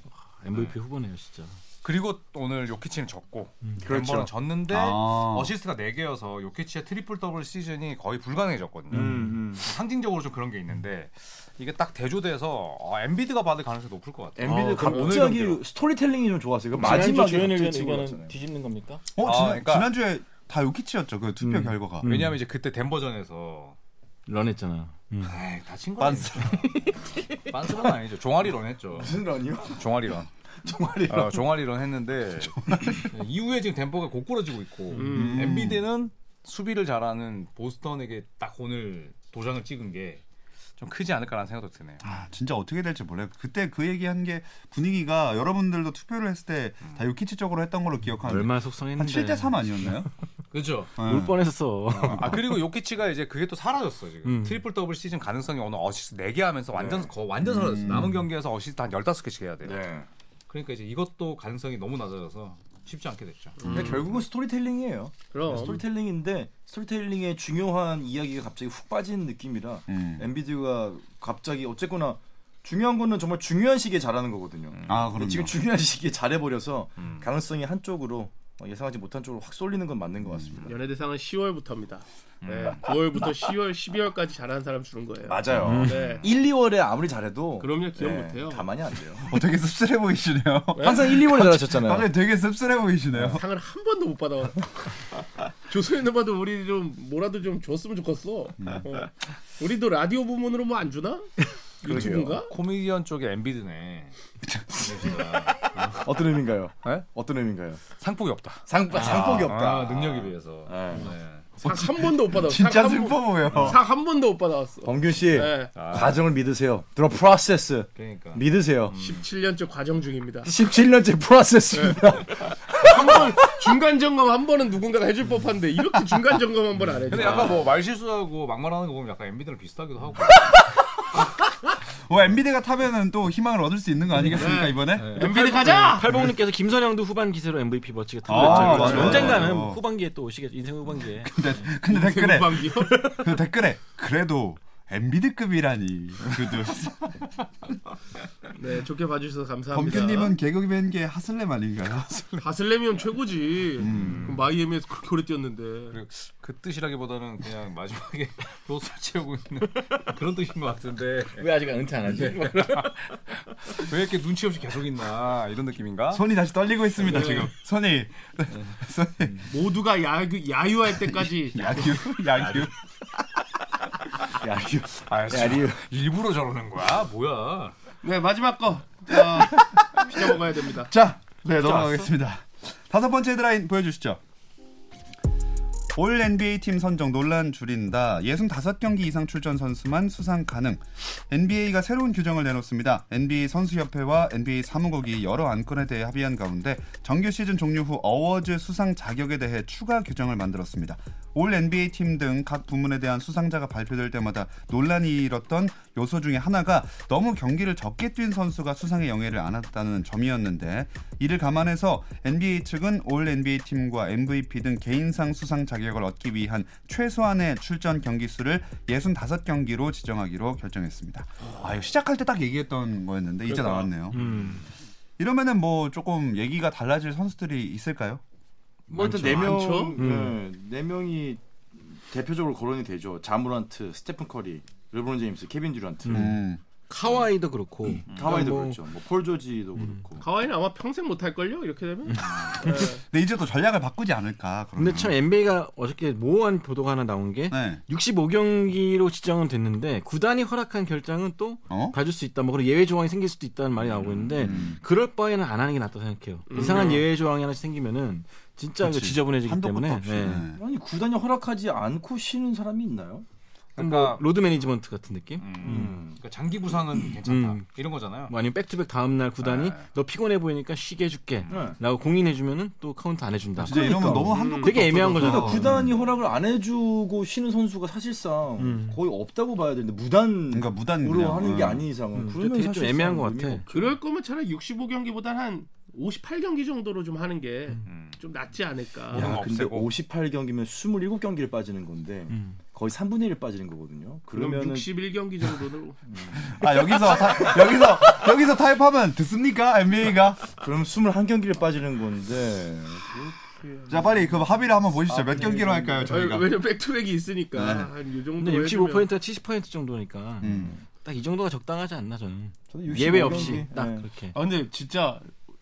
Speaker 5: MVP 후보네요 진짜.
Speaker 3: 그리고 오늘 요키치는 졌고 멤버는
Speaker 7: 그렇죠.
Speaker 3: 졌는데
Speaker 2: 아.
Speaker 3: 어시스트가 4개여서 요키치의 트리플 더블 시즌이 거의 불가능해졌거든요.
Speaker 7: 음, 음.
Speaker 3: 상징적으로 좀 그런 게 있는데 이게 딱 대조돼서 어, 엔비드가 받을 가능성이 높을 것 같아요.
Speaker 7: 엠비드
Speaker 3: 어, 갑-
Speaker 7: 갑자기 스토리텔링이 좀 좋았어요. 그 마지막에 갑자기 치고 갔잖아요.
Speaker 5: 뒤집는 겁니까?
Speaker 2: 어,
Speaker 3: 아,
Speaker 2: 지난,
Speaker 3: 그러니까-
Speaker 2: 지난주에 다 요키치였죠. 그 투표 결과가.
Speaker 5: 음.
Speaker 3: 왜냐하면 이제 그때 덴버전에서
Speaker 5: 런했잖아. 음.
Speaker 3: 에이 다친 거
Speaker 2: 반스.
Speaker 3: 아니죠? 반스는 아니죠. 종아리런 했죠.
Speaker 7: 무슨 런이요?
Speaker 3: 종아리런.
Speaker 7: 종아리
Speaker 3: 어, 종아리런 했는데 이후에 지금 덴버가 고꾸러지고 있고
Speaker 4: 음.
Speaker 3: 엔비드는 수비를 잘하는 보스턴에게 딱 오늘 도장을 찍은 게 좀 크지 않을까라는 생각도 드네요.
Speaker 2: 아, 진짜 어떻게 될지 몰라요. 그때 그 얘기한 게 분위기가 여러분들도 투표를 했을 때
Speaker 4: 음.
Speaker 2: 다 요키치 쪽으로 했던 걸로 기억하는데
Speaker 5: 얼마나
Speaker 2: 한
Speaker 5: 속상했는데.
Speaker 2: 7대 3 아니었나요?
Speaker 3: 그렇죠.
Speaker 2: 예.
Speaker 7: 네.
Speaker 5: 울 뻔했었어.
Speaker 3: 아 그리고 요키치가 이제 그게 또 사라졌어 지금
Speaker 5: 음.
Speaker 3: 트리플 더블 시즌 가능성이 오늘 어시스트 4개 하면서 완전 거 완전 사라졌어
Speaker 7: 음.
Speaker 3: 남은 경기에서 어시스트 한 15개씩 해야 돼요
Speaker 7: 네.
Speaker 3: 그러니까 이제 이것도 가능성이 너무 낮아져서 쉽지 않게 됐죠
Speaker 7: 근데 그러니까 결국은 네, 스토리텔링이에요.
Speaker 4: 그럼
Speaker 7: 스토리텔링인데 스토리텔링의 중요한 이야기가 갑자기 훅 빠지는 느낌이라
Speaker 2: 음.
Speaker 7: 엔비디가 갑자기 어쨌거나 중요한 거는 정말 중요한 시기에 잘하는 거거든요.
Speaker 2: 아,
Speaker 7: 근데
Speaker 2: 그럼요.
Speaker 7: 지금 중요한 시기에 잘해버려서
Speaker 3: 음.
Speaker 7: 가능성이 한쪽으로 어, 예상하지 못한 쪽으로 확 쏠리는 건 맞는 것 같습니다.
Speaker 4: 연예대상은 10월부터입니다. 네,
Speaker 7: 음.
Speaker 4: 9월부터 10월, 12월까지 잘하는 사람 주는 거예요.
Speaker 7: 맞아요.
Speaker 4: 네.
Speaker 7: 1, 2월에 아무리 잘해도
Speaker 4: 그럼요, 기억
Speaker 7: 예,
Speaker 4: 못해요.
Speaker 7: 가만히 안 돼요.
Speaker 2: 어, 되게 씁쓸해 보이시네요.
Speaker 7: 항상 1, 2월에 잘하셨잖아요.
Speaker 2: 다들 되게 씁쓸해 보이시네요.
Speaker 4: 상을 한 번도 못 받아. 조선인들 봐도 우리 좀 뭐라도 좀 줬으면 좋겠어.
Speaker 2: 음.
Speaker 4: 어. 우리도 라디오 부문으로 뭐 안 주나? 유튜브인가?
Speaker 3: 코미디언 쪽에 엔비드네
Speaker 7: 어떤 의미인가요?
Speaker 3: 예?
Speaker 7: 어떤 의미인가요?
Speaker 3: 상폭이 없다
Speaker 7: 네? 상, 상폭이 없다.
Speaker 3: 아, 능력에 비해서
Speaker 7: 예.
Speaker 3: 네.
Speaker 4: 상 한 번도 못 받아.
Speaker 2: 진짜 슬퍼 보여.
Speaker 4: 상한 번도 못 받아왔어.
Speaker 7: 범균 씨
Speaker 4: 네.
Speaker 7: 과정을 믿으세요. 들어 프로세스
Speaker 3: 그러니까
Speaker 7: 믿으세요.
Speaker 4: 17년째 과정 중입니다.
Speaker 7: 17년째 프로세스입니다.
Speaker 4: 한 번 중간 점검 한 번은 누군가가 해줄 법한데 이렇게 중간 점검 한 번 안 해줘. 아,
Speaker 3: 근데 약간 뭐 말실수하고 막말하는 거 보면 약간 엔비드랑 비슷하기도 하고
Speaker 2: 어, 엔비디가 타면은 또 희망을 얻을 수 있는 거 아니겠습니까
Speaker 4: 네.
Speaker 2: 이번에?
Speaker 4: 엔비디 가자.
Speaker 5: 팔봉님께서 김선영도 후반 기세로 MVP 멋지게
Speaker 2: 아, 맞아요.
Speaker 5: 타고 그렇죠. 언젠가는
Speaker 7: 어.
Speaker 2: 맞아요.
Speaker 5: 후반기에 또 오시겠죠. 인생 후반기에.
Speaker 2: 근데, 근데 댓글에
Speaker 4: 방기요?
Speaker 2: 그 댓글에 그래도 엔비디급이라니. 그래도
Speaker 4: 네, 좋게 봐주셔서 감사합니다.
Speaker 2: 범규님은 개그맨계 하슬렘 아닌가요?
Speaker 4: 바슬레미온 최고지.
Speaker 2: 음.
Speaker 4: 그럼 마이애미에서 그렇게 오래 뛰었는데.
Speaker 3: 그리고 그 뜻이라기보다는 그냥 마지막에 로스를 채우고 있는 그런 뜻인 것 같은데
Speaker 5: 왜 아직 은퇴 안 하지?
Speaker 3: 왜 이렇게 눈치 없이 계속 있나 이런 느낌인가?
Speaker 2: 손이 다시 떨리고 있습니다
Speaker 4: 네.
Speaker 2: 지금. 손이
Speaker 4: 음.
Speaker 2: 손이
Speaker 4: 모두가 야유, 야유할 때까지
Speaker 2: 야규 야규.
Speaker 7: 네. 야류.
Speaker 3: 아,
Speaker 7: 야류.
Speaker 3: 일부러 저러는 거야? 뭐야?
Speaker 4: 네 마지막 거 어, 피자 먹어야 됩니다.
Speaker 2: 자, 네 넘어가겠습니다. 다섯 번째 헤드라인 보여주시죠. 올 NBA 팀 선정 논란 줄인다. 65경기 이상 출전 선수만 수상 가능. NBA가 새로운 규정을 내놓습니다. NBA 선수협회와 NBA 사무국이 여러 안건에 대해 합의한 가운데 정규 시즌 종료 후 어워즈 수상 자격에 대해 추가 규정을 만들었습니다. 올 NBA 팀 등 각 부문에 대한 수상자가 발표될 때마다 논란이 일었던 요소 중에 하나가 너무 경기를 적게 뛴 선수가 수상의 영예를 안았다는 점이었는데 이를 감안해서 NBA 측은 올 NBA 팀과 MVP 등 개인상 수상 자격을 얻기 위한 최소한의 출전 경기 수를 65경기로 지정하기로 결정했습니다. 아, 이거 시작할 때 딱 얘기했던 거였는데 이제 나왔네요.
Speaker 5: 그러니까. 음.
Speaker 2: 이러면은 뭐 조금 얘기가 달라질 선수들이 있을까요?
Speaker 7: 뭐 일단 네 명, 네, 네 명이 대표적으로 거론이 되죠. 자무란트, 스테픈 커리, 르브론 제임스, 케빈 듀란트,
Speaker 2: 음.
Speaker 5: 카와이도 그렇고.
Speaker 7: 카와이도
Speaker 5: 뭐
Speaker 7: 그렇죠. 뭐 폴 조지도 그렇고.
Speaker 4: 가와이는 아마 평생 못 할 걸요 이렇게 되면. 네.
Speaker 2: 근데 이제 또 전략을 바꾸지 않을까? 그러면.
Speaker 5: 근데 참
Speaker 7: 음.
Speaker 5: NBA가 어저께 모호한 보도가 하나 나온 게
Speaker 2: 네.
Speaker 5: 65경기로 지정은 됐는데 구단이 허락한 결정은 또
Speaker 2: 어?
Speaker 5: 봐줄 수 있다. 뭐 그런 예외 조항이 생길 수도 있다는 말이 나오고
Speaker 7: 음,
Speaker 5: 있는데 그럴 바에는 안 하는 게 낫다 고 생각해요. 이상한 예외 조항이 하나씩 생기면은 진짜 이거
Speaker 2: 그치.
Speaker 5: 지저분해지기
Speaker 2: 한도 끝도
Speaker 5: 음, 때문에. 예.
Speaker 2: 없이.
Speaker 5: 네.
Speaker 2: 네.
Speaker 7: 아니 구단이 허락하지 않고 쉬는 사람이 있나요?
Speaker 3: 그러니까,
Speaker 5: 뭐 로드 매니지먼트 같은 느낌?
Speaker 3: 음,
Speaker 7: 음.
Speaker 3: 그러니까 장기 부상은 괜찮다
Speaker 5: 음.
Speaker 3: 이런 거잖아요.
Speaker 5: 뭐 아니면 백투백 다음 날 구단이
Speaker 3: 네.
Speaker 5: 너 피곤해 보이니까 쉬게 해줄게.
Speaker 7: 네.
Speaker 5: 라고 공인해주면은 또 카운트 안 해준다.
Speaker 2: 진짜 이러면 너무 한도 끝도
Speaker 5: 그러니까. 되게 애매한
Speaker 2: 없어져서.
Speaker 5: 거잖아.
Speaker 7: 구단이 허락을 안 해주고 쉬는 선수가 사실상
Speaker 5: 음.
Speaker 7: 거의 없다고 봐야 되는데 무단으로
Speaker 2: 그러니까 무단
Speaker 7: 하는 게
Speaker 2: 음.
Speaker 7: 아닌 이상은
Speaker 5: 음,
Speaker 7: 그러면
Speaker 5: 되게 좀
Speaker 7: 사실상
Speaker 5: 애매한 것
Speaker 7: 의미가
Speaker 5: 같아.
Speaker 7: 없죠.
Speaker 4: 그럴 거면 차라리 65경기보다 한 58경기 정도로 좀 하는 게 좀
Speaker 3: 음.
Speaker 4: 낫지 않을까.
Speaker 3: 야.
Speaker 7: 야, 근데
Speaker 3: 없애고.
Speaker 7: 58경기면 27경기를 빠지는 건데
Speaker 5: 음.
Speaker 7: 거의 3분의 1을 빠지는 거거든요.
Speaker 4: 그러면
Speaker 7: 그러면
Speaker 4: 61경기 정도로
Speaker 2: 아 여기서 타, 여기서 여기서 타협하면 듣습니까 NBA가?
Speaker 7: 그럼 21경기를 빠지는 건데
Speaker 2: 자 빨리 그럼 합의를 한번 보시죠. 몇 경기로 할까요 저희가?
Speaker 4: 왜냐면 백투백이 있으니까 한 이 정도
Speaker 5: 근데 65%가 70% 정도니까
Speaker 2: 음.
Speaker 5: 딱 이 정도가 적당하지 않나 저는.
Speaker 7: 저도 65
Speaker 5: 예외 없이
Speaker 7: 경기,
Speaker 5: 딱
Speaker 7: 네.
Speaker 5: 그렇게.
Speaker 4: 아 근데 진짜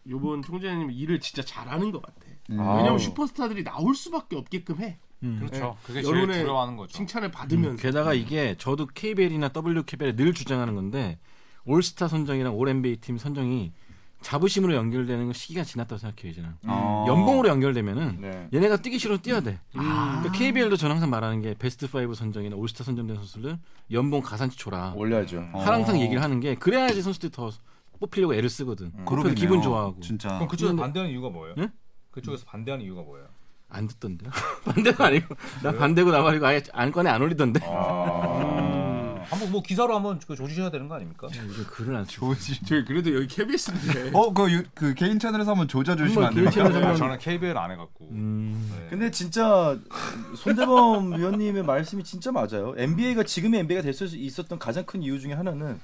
Speaker 4: 요번 총재님 일을 진짜 잘하는 것 같아.
Speaker 2: 음.
Speaker 4: 왜냐면
Speaker 7: 아우.
Speaker 4: 슈퍼스타들이 나올 수밖에 없게끔 해.
Speaker 5: 음.
Speaker 3: 그렇죠. 그게 제일
Speaker 4: 여론의
Speaker 3: 두려워하는 거죠.
Speaker 4: 칭찬을 받으면서.
Speaker 5: 게다가 이게 저도 KBL이나 WKBL에 늘 주장하는 건데 올스타 선정이랑 올 NBA 팀 선정이 자부심으로 연결되는 건 시기가 지났다고 생각해요 이제는.
Speaker 2: 어.
Speaker 5: 연봉으로 연결되면은
Speaker 7: 네.
Speaker 5: 얘네가 뛰기 싫어 뛰어야 돼.
Speaker 2: 아.
Speaker 5: 그러니까 KBL도 저는 항상 말하는 게 베스트 5 선정이나 올스타 선정된 선수들 연봉 가산치 줘라.
Speaker 7: 올려야죠.
Speaker 2: 어.
Speaker 5: 항상 얘기를 하는 게 그래야지 선수들이 더 뽑히려고 애를 쓰거든.
Speaker 2: 음.
Speaker 5: 뽑혀도
Speaker 2: 그러겠네요.
Speaker 5: 기분 좋아하고
Speaker 2: 진짜.
Speaker 3: 그럼 그쪽에서 반대하는 이유가 음. 뭐예요? 음.
Speaker 5: 예?
Speaker 3: 그쪽에서 반대하는 이유가 뭐예요?
Speaker 5: 안 듣던데. 반대가 아니고 나 반대고 나 말이고 아예 안건에 안 올리던데.
Speaker 2: 아.
Speaker 3: 한번 뭐 기사로 한번 그 조지셔야 되는 거 아닙니까?
Speaker 5: 요즘 글을 안 쓰고.
Speaker 4: 저희 그래도 여기 KBS인데.
Speaker 2: 어그 그 개인 채널에서 한번 조져 주시면 안
Speaker 5: 한번 개인
Speaker 2: 돼요?
Speaker 5: 채널에서
Speaker 3: 저는
Speaker 5: 한번-
Speaker 3: KBL 안 해갖고.
Speaker 5: 음.
Speaker 3: 네.
Speaker 7: 근데 진짜 손대범 위원님의 말씀이 진짜 맞아요. NBA가 지금의 NBA가 될 수 있었던 가장 큰 이유 중에 하나는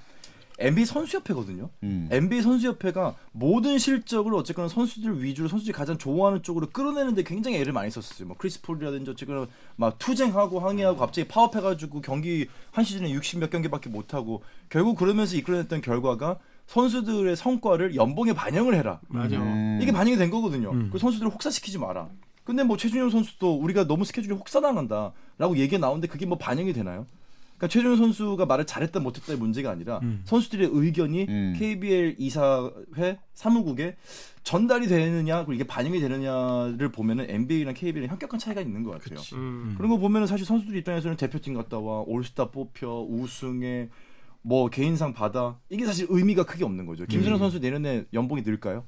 Speaker 7: NBA 선수협회거든요.
Speaker 2: 음.
Speaker 7: NBA 선수협회가 모든 실적을 어쨌거나 선수들 위주로 선수들이 가장 좋아하는 쪽으로 끌어내는데 굉장히 애를 많이 썼어요. 뭐 크리스 폴이라든지 어쨌거나 막 투쟁하고 항의하고 갑자기 파업해가지고 경기 한 시즌에 60 몇 경기밖에 못하고 결국 그러면서 이끌어냈던 결과가 선수들의 성과를 연봉에 반영을 해라.
Speaker 4: 맞아.
Speaker 2: 음.
Speaker 7: 이게 반영이 된 거거든요. 그 선수들을 혹사시키지 마라. 근데 뭐 최준용 선수도 우리가 너무 스케줄이 혹사당한다라고 얘기가 나오는데 그게 뭐 반영이 되나요? 그러니까 최준용 선수가 말을 잘했다 못했다의 문제가 아니라 선수들의 의견이
Speaker 2: 음.
Speaker 7: KBL 이사회 사무국에 전달이 되느냐 그리고 이게 반영이 되느냐를 보면은 NBA랑 KBL은 현격한 차이가 있는 것 같아요.
Speaker 4: 음.
Speaker 7: 그런 거 보면은 사실 선수들 입장에서는 대표팀 갔다 와 올스타 뽑혀 우승에 뭐 개인상 받아 이게 사실 의미가 크게 없는 거죠. 김준호 선수 내년에 연봉이 늘까요?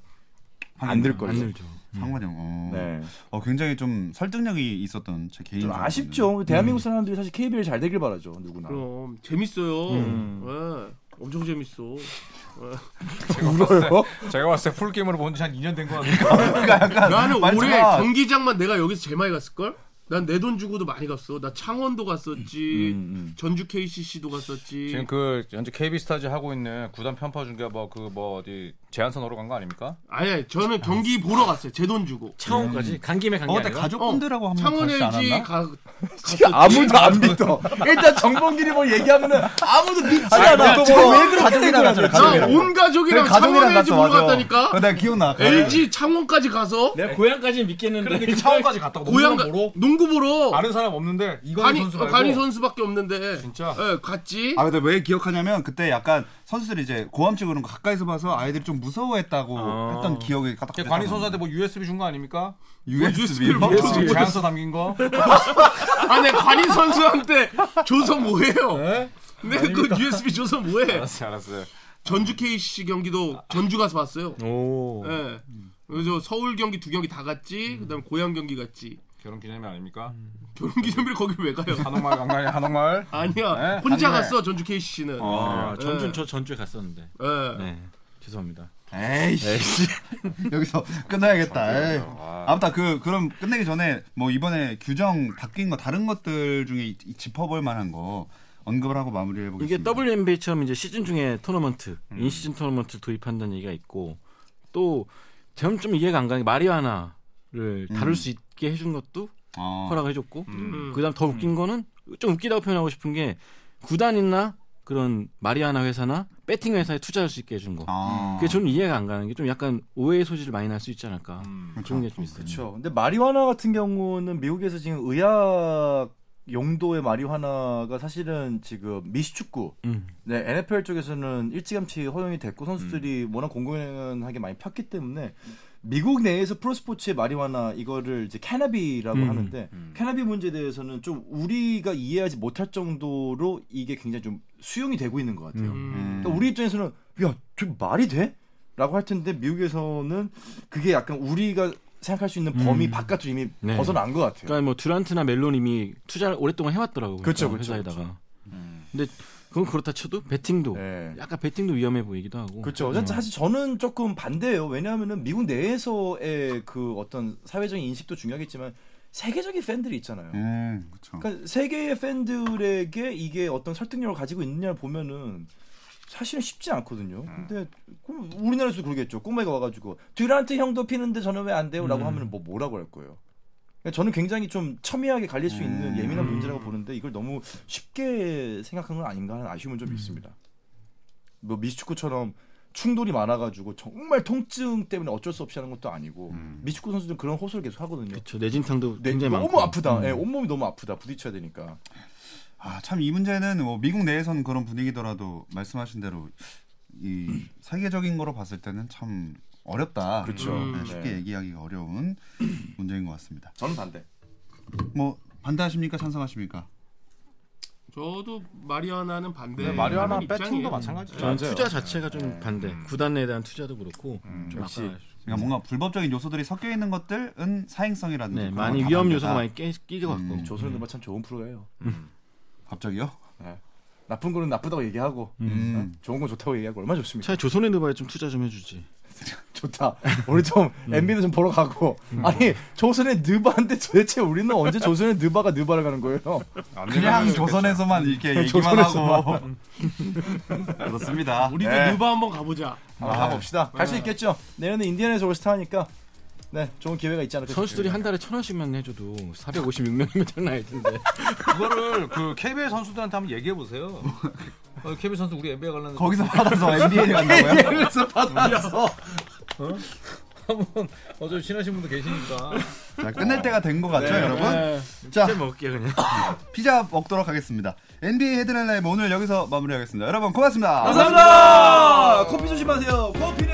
Speaker 7: 안 늘
Speaker 5: 안
Speaker 7: 거예요.
Speaker 5: 늘죠.
Speaker 2: 상관영. 어.
Speaker 7: 네.
Speaker 2: 어 굉장히 좀 설득력이 있었던 제 개인.
Speaker 7: 좀 아쉽죠. 대한민국 사람들이 사실 KBL 잘 되길 바라죠. 누구나.
Speaker 4: 그럼 재밌어요.
Speaker 7: 음.
Speaker 4: 예. 엄청 재밌어.
Speaker 7: 울어요?
Speaker 3: 제가 봤을 때 풀게임으로 본지 한 2년 된 거 같은데.
Speaker 4: 나는
Speaker 2: 말투가-
Speaker 4: 올해 경기장만 내가 여기서 제일 많이 갔을 걸? 난 내 돈 주고도 많이 갔어. 나 창원도 갔었지.
Speaker 7: 음,
Speaker 4: 전주 KCC도 갔었지.
Speaker 3: 지금 그 현재 KB 스타즈 하고 있는 구단 편파 중계 뭐그 뭐 어디 제한선으로 간 거 아닙니까?
Speaker 4: 아니, 아니, 저는 경기 보러 갔어요. 제 돈 주고.
Speaker 5: 차원까지 간 김에 음. 간
Speaker 2: 어,
Speaker 5: 게
Speaker 2: 근데
Speaker 5: 아니라.
Speaker 2: 가족분들하고 한번
Speaker 4: 창원
Speaker 2: 같이 안
Speaker 4: LG
Speaker 2: 왔나?
Speaker 4: 가
Speaker 7: 지금 아무도 안 믿어. 일단 정봉길이 뭘 얘기하면은 아무도 믿지 않아.
Speaker 2: 그냥
Speaker 7: 저거
Speaker 2: 저거
Speaker 7: 왜 그렇게 된
Speaker 2: 뭐
Speaker 7: 거야?
Speaker 2: 가족이랑
Speaker 4: 나
Speaker 2: 가족이랑.
Speaker 4: 온 가족이랑
Speaker 2: 그래, 가족이랑
Speaker 4: 창원 LG
Speaker 2: 갔어,
Speaker 4: 보러
Speaker 2: 맞아.
Speaker 4: 갔다니까.
Speaker 2: 어, 나 기억나.
Speaker 4: LG 창원까지 가서
Speaker 5: 내가 고향까지 믿겠는데.
Speaker 3: 차원까지 갔다고
Speaker 4: 고향 가,
Speaker 3: 보러
Speaker 4: 농구 보러
Speaker 3: 아는 사람 없는데 이관희
Speaker 4: 간이
Speaker 3: 선수 말고
Speaker 4: 간이 선수밖에 없는데.
Speaker 3: 진짜?
Speaker 4: 예, 갔지.
Speaker 2: 아 근데 왜 기억하냐면 그때 약간 선수들이 이제 고함치 그런 거 가까이서 봐서 아이들이 좀 무서워했다고
Speaker 5: 아.
Speaker 2: 했던 기억이 까딱
Speaker 3: 걔 관희 선수한테 뭐 USB 준 거 아닙니까?
Speaker 2: USB
Speaker 4: 뭐 USB.
Speaker 3: 그 제안서 담긴 거.
Speaker 4: 아, 내 관이 선수한테 줘서 뭐해요?
Speaker 3: 네?
Speaker 4: 내 그 USB 줘서 뭐해?
Speaker 3: 알았어요, 알았어요.
Speaker 4: 전주 KC 경기도 전주 가서 봤어요.
Speaker 5: 오.
Speaker 3: 네.
Speaker 4: 예. 그래서 서울 경기 두 경기 다 갔지. 그다음에 고향 경기 갔지.
Speaker 3: 결혼 기념일 아닙니까?
Speaker 4: 결혼 기념일 거길 왜 가요?
Speaker 3: 한옥마을 강간이 한옥마을.
Speaker 4: 음, 아니야.
Speaker 3: 네,
Speaker 4: 혼자
Speaker 3: 갔네.
Speaker 4: 갔어 전주 KC는.
Speaker 5: 아,
Speaker 4: 네.
Speaker 5: 전주 저 전주에 갔었는데.
Speaker 4: 예.
Speaker 5: 네. 죄송합니다.
Speaker 2: 에이씨 여기서 끝나야겠다. 에이. 아무튼 그 그럼 끝내기 전에 뭐 이번에 규정 바뀐 거 다른 것들 중에 이- 이 짚어볼 만한 거 언급을 하고 마무리해
Speaker 5: 이게
Speaker 2: 보겠습니다.
Speaker 5: WNBA처럼 이제 시즌 중에 토너먼트, 인시즌 토너먼트 도입한다는 얘기가 있고 또 저는 좀 이해가 안 가는 게 마리아나를 다룰 수 있게 해준 것도
Speaker 2: 어.
Speaker 5: 허락을 해줬고
Speaker 4: 음.
Speaker 5: 음. 그다음 더 웃긴 거는 좀 웃기다고 표현하고 싶은 게 구단이나 그런 마리아나 회사나 배팅 회사에 투자할 수 있게 해준 거.
Speaker 2: 아.
Speaker 5: 그게 저는 이해가 안 가는 게 좀 약간 오해의 소지를 많이 날 수 있지 않을까.
Speaker 2: 아,
Speaker 5: 그런 게 좀 있어요.
Speaker 7: 그렇죠. 근데 마리화나 같은 경우는 미국에서 지금 의학 용도의 마리화나가 사실은 지금 미식축구,
Speaker 5: 음.
Speaker 7: 네,
Speaker 5: 음.
Speaker 7: NFL 쪽에서는 일찌감치 허용이 됐고 선수들이 워낙 공공연하게 많이 폈기 때문에 미국 내에서 프로스포츠의 마리화나 이거를 이제 캐나비라고
Speaker 5: 음,
Speaker 7: 하는데 캐나비 문제에 대해서는 좀 우리가 이해하지 못할 정도로 이게 굉장히 좀 수용이 되고 있는 것 같아요.
Speaker 2: 음.
Speaker 7: 그러니까 우리 입장에서는 야, 좀 말이 돼? 라고 할 텐데 미국에서는 그게 약간 우리가 생각할 수 있는 범위 바깥으로 이미
Speaker 5: 네.
Speaker 7: 벗어난 것 같아요.
Speaker 5: 그러니까 뭐 듀란트나 멜론 이미 투자를 오랫동안 해왔더라고. 요 그러니까
Speaker 7: 그렇죠, 그렇죠, 음.
Speaker 5: 회사에다가. 근데 그건 그렇다 쳐도 베팅도
Speaker 7: 네.
Speaker 5: 약간 베팅도 위험해 보이기도 하고. 음.
Speaker 7: 그렇죠. 저는 사실 저는 조금 반대예요. 왜냐하면은 미국 내에서의 그 어떤 사회적인 인식도 중요하겠지만 세계적인 팬들이 있잖아요.
Speaker 2: 음, 그렇죠.
Speaker 7: 그러니까 세계의 팬들에게 이게 어떤 설득력을 가지고 있느냐를 보면은 사실은 쉽지 않거든요.
Speaker 2: 음.
Speaker 7: 근데 그럼 우리나라에서 그러겠죠. 꼬마가 와가지고 듀란트 형도 피는데 저는 왜 안
Speaker 2: 음.
Speaker 7: 돼요?라고 하면 뭐 뭐라고 할 거예요. 그러니까 저는 굉장히 좀 첨예하게 갈릴 수
Speaker 2: 음.
Speaker 7: 있는 예민한 문제라고 보는데 이걸 너무 쉽게 생각한 건 아닌가 하는 아쉬움은
Speaker 2: 음.
Speaker 7: 좀 있습니다. 뭐 미식축구처럼 충돌이 많아가지고 정말 통증 때문에 어쩔 수 없이 하는 것도 아니고
Speaker 2: 음.
Speaker 7: 미식축구 선수들은 그런 호소를 계속 하거든요.
Speaker 5: 그렇죠. 내진탕도
Speaker 7: 네,
Speaker 5: 굉장히
Speaker 7: 너무
Speaker 5: 많고. 음.
Speaker 7: 아프다. 예, 온몸이 너무 아프다. 부딪혀야 되니까.
Speaker 2: 아, 참 이 문제는 뭐 미국 내에서는 그런 분위기더라도 말씀하신 대로 이 세계적인 거로 봤을 때는 참 어렵다.
Speaker 7: 그렇죠.
Speaker 2: 네, 쉽게
Speaker 7: 네.
Speaker 2: 얘기하기가 어려운 문제인 것 같습니다.
Speaker 7: 저는 반대.
Speaker 2: 뭐 반대하십니까? 찬성하십니까?
Speaker 4: 저도 마리아나는 반대.
Speaker 3: 네, 마리아나
Speaker 4: 하는 입장이에요.
Speaker 3: 배팅도 마찬가지죠.
Speaker 5: 저는
Speaker 7: 맞아요. 네. 음.
Speaker 5: 투자 자체가 좀 반대. 구단에 대한 투자도 그렇고 좀
Speaker 7: 역시. 음,
Speaker 5: 아까
Speaker 2: 그러니까 뭔가 불법적인 요소들이 섞여 있는 것들은 사행성이라든지
Speaker 5: 네,
Speaker 2: 그런
Speaker 5: 많이
Speaker 2: 걸다
Speaker 5: 위험
Speaker 2: 만들다.
Speaker 5: 요소가 많이 깨, 끼고 갔고.
Speaker 2: 음,
Speaker 7: 조선의 음악 참 좋은 프로예요.
Speaker 2: 갑자기요?
Speaker 7: 나쁜 거는 나쁘다고 얘기하고 예?
Speaker 2: 음.
Speaker 7: 좋은 건 좋다고 얘기하고 얼마나 좋습니까?
Speaker 5: 차라리 조선의 누바에 좀 투자 좀 해주지.
Speaker 7: 좋다. 우리 좀
Speaker 5: 음.
Speaker 7: 엠비도 좀 보러 가고 아니 조선의 느바인데 도대체 우리는 언제 조선의 느바가 느바를 가는 거예요?
Speaker 4: 음.
Speaker 3: 그러니까
Speaker 2: 그냥 조선에서만 이렇게 얘기만 하고 그렇습니다.
Speaker 4: 우리도
Speaker 2: 네.
Speaker 4: 누바 한번 가보자.
Speaker 5: 아.
Speaker 7: 한번 가봅시다.
Speaker 5: 네.
Speaker 7: 갈 수 있겠죠? 내년에 인디애나에서 올스타니까 네 좋은 기회가 있지 않을까.
Speaker 5: 선수들이 한 달에 천 원씩만 해줘도 456명이면 장난일 텐데.
Speaker 3: 그거를 그 KBL 선수들한테 한번 얘기해 보세요. 어, KBL 선수 우리 NBA 관련
Speaker 2: 거기서 받아서 NBA를 간다고요?
Speaker 7: 아,
Speaker 3: 어? 한번 어차피 친하신 분도 계시니까
Speaker 2: 자, 끝낼 때가 된 것 같죠, 여러분? 자.
Speaker 5: 자, 먹을게 그냥.
Speaker 2: 피자 먹도록 하겠습니다. NBA 헤드라인 라이브 오늘 여기서 마무리하겠습니다. 여러분 고맙습니다.
Speaker 7: 감사합니다. 커피 아, 조심하세요. 커피는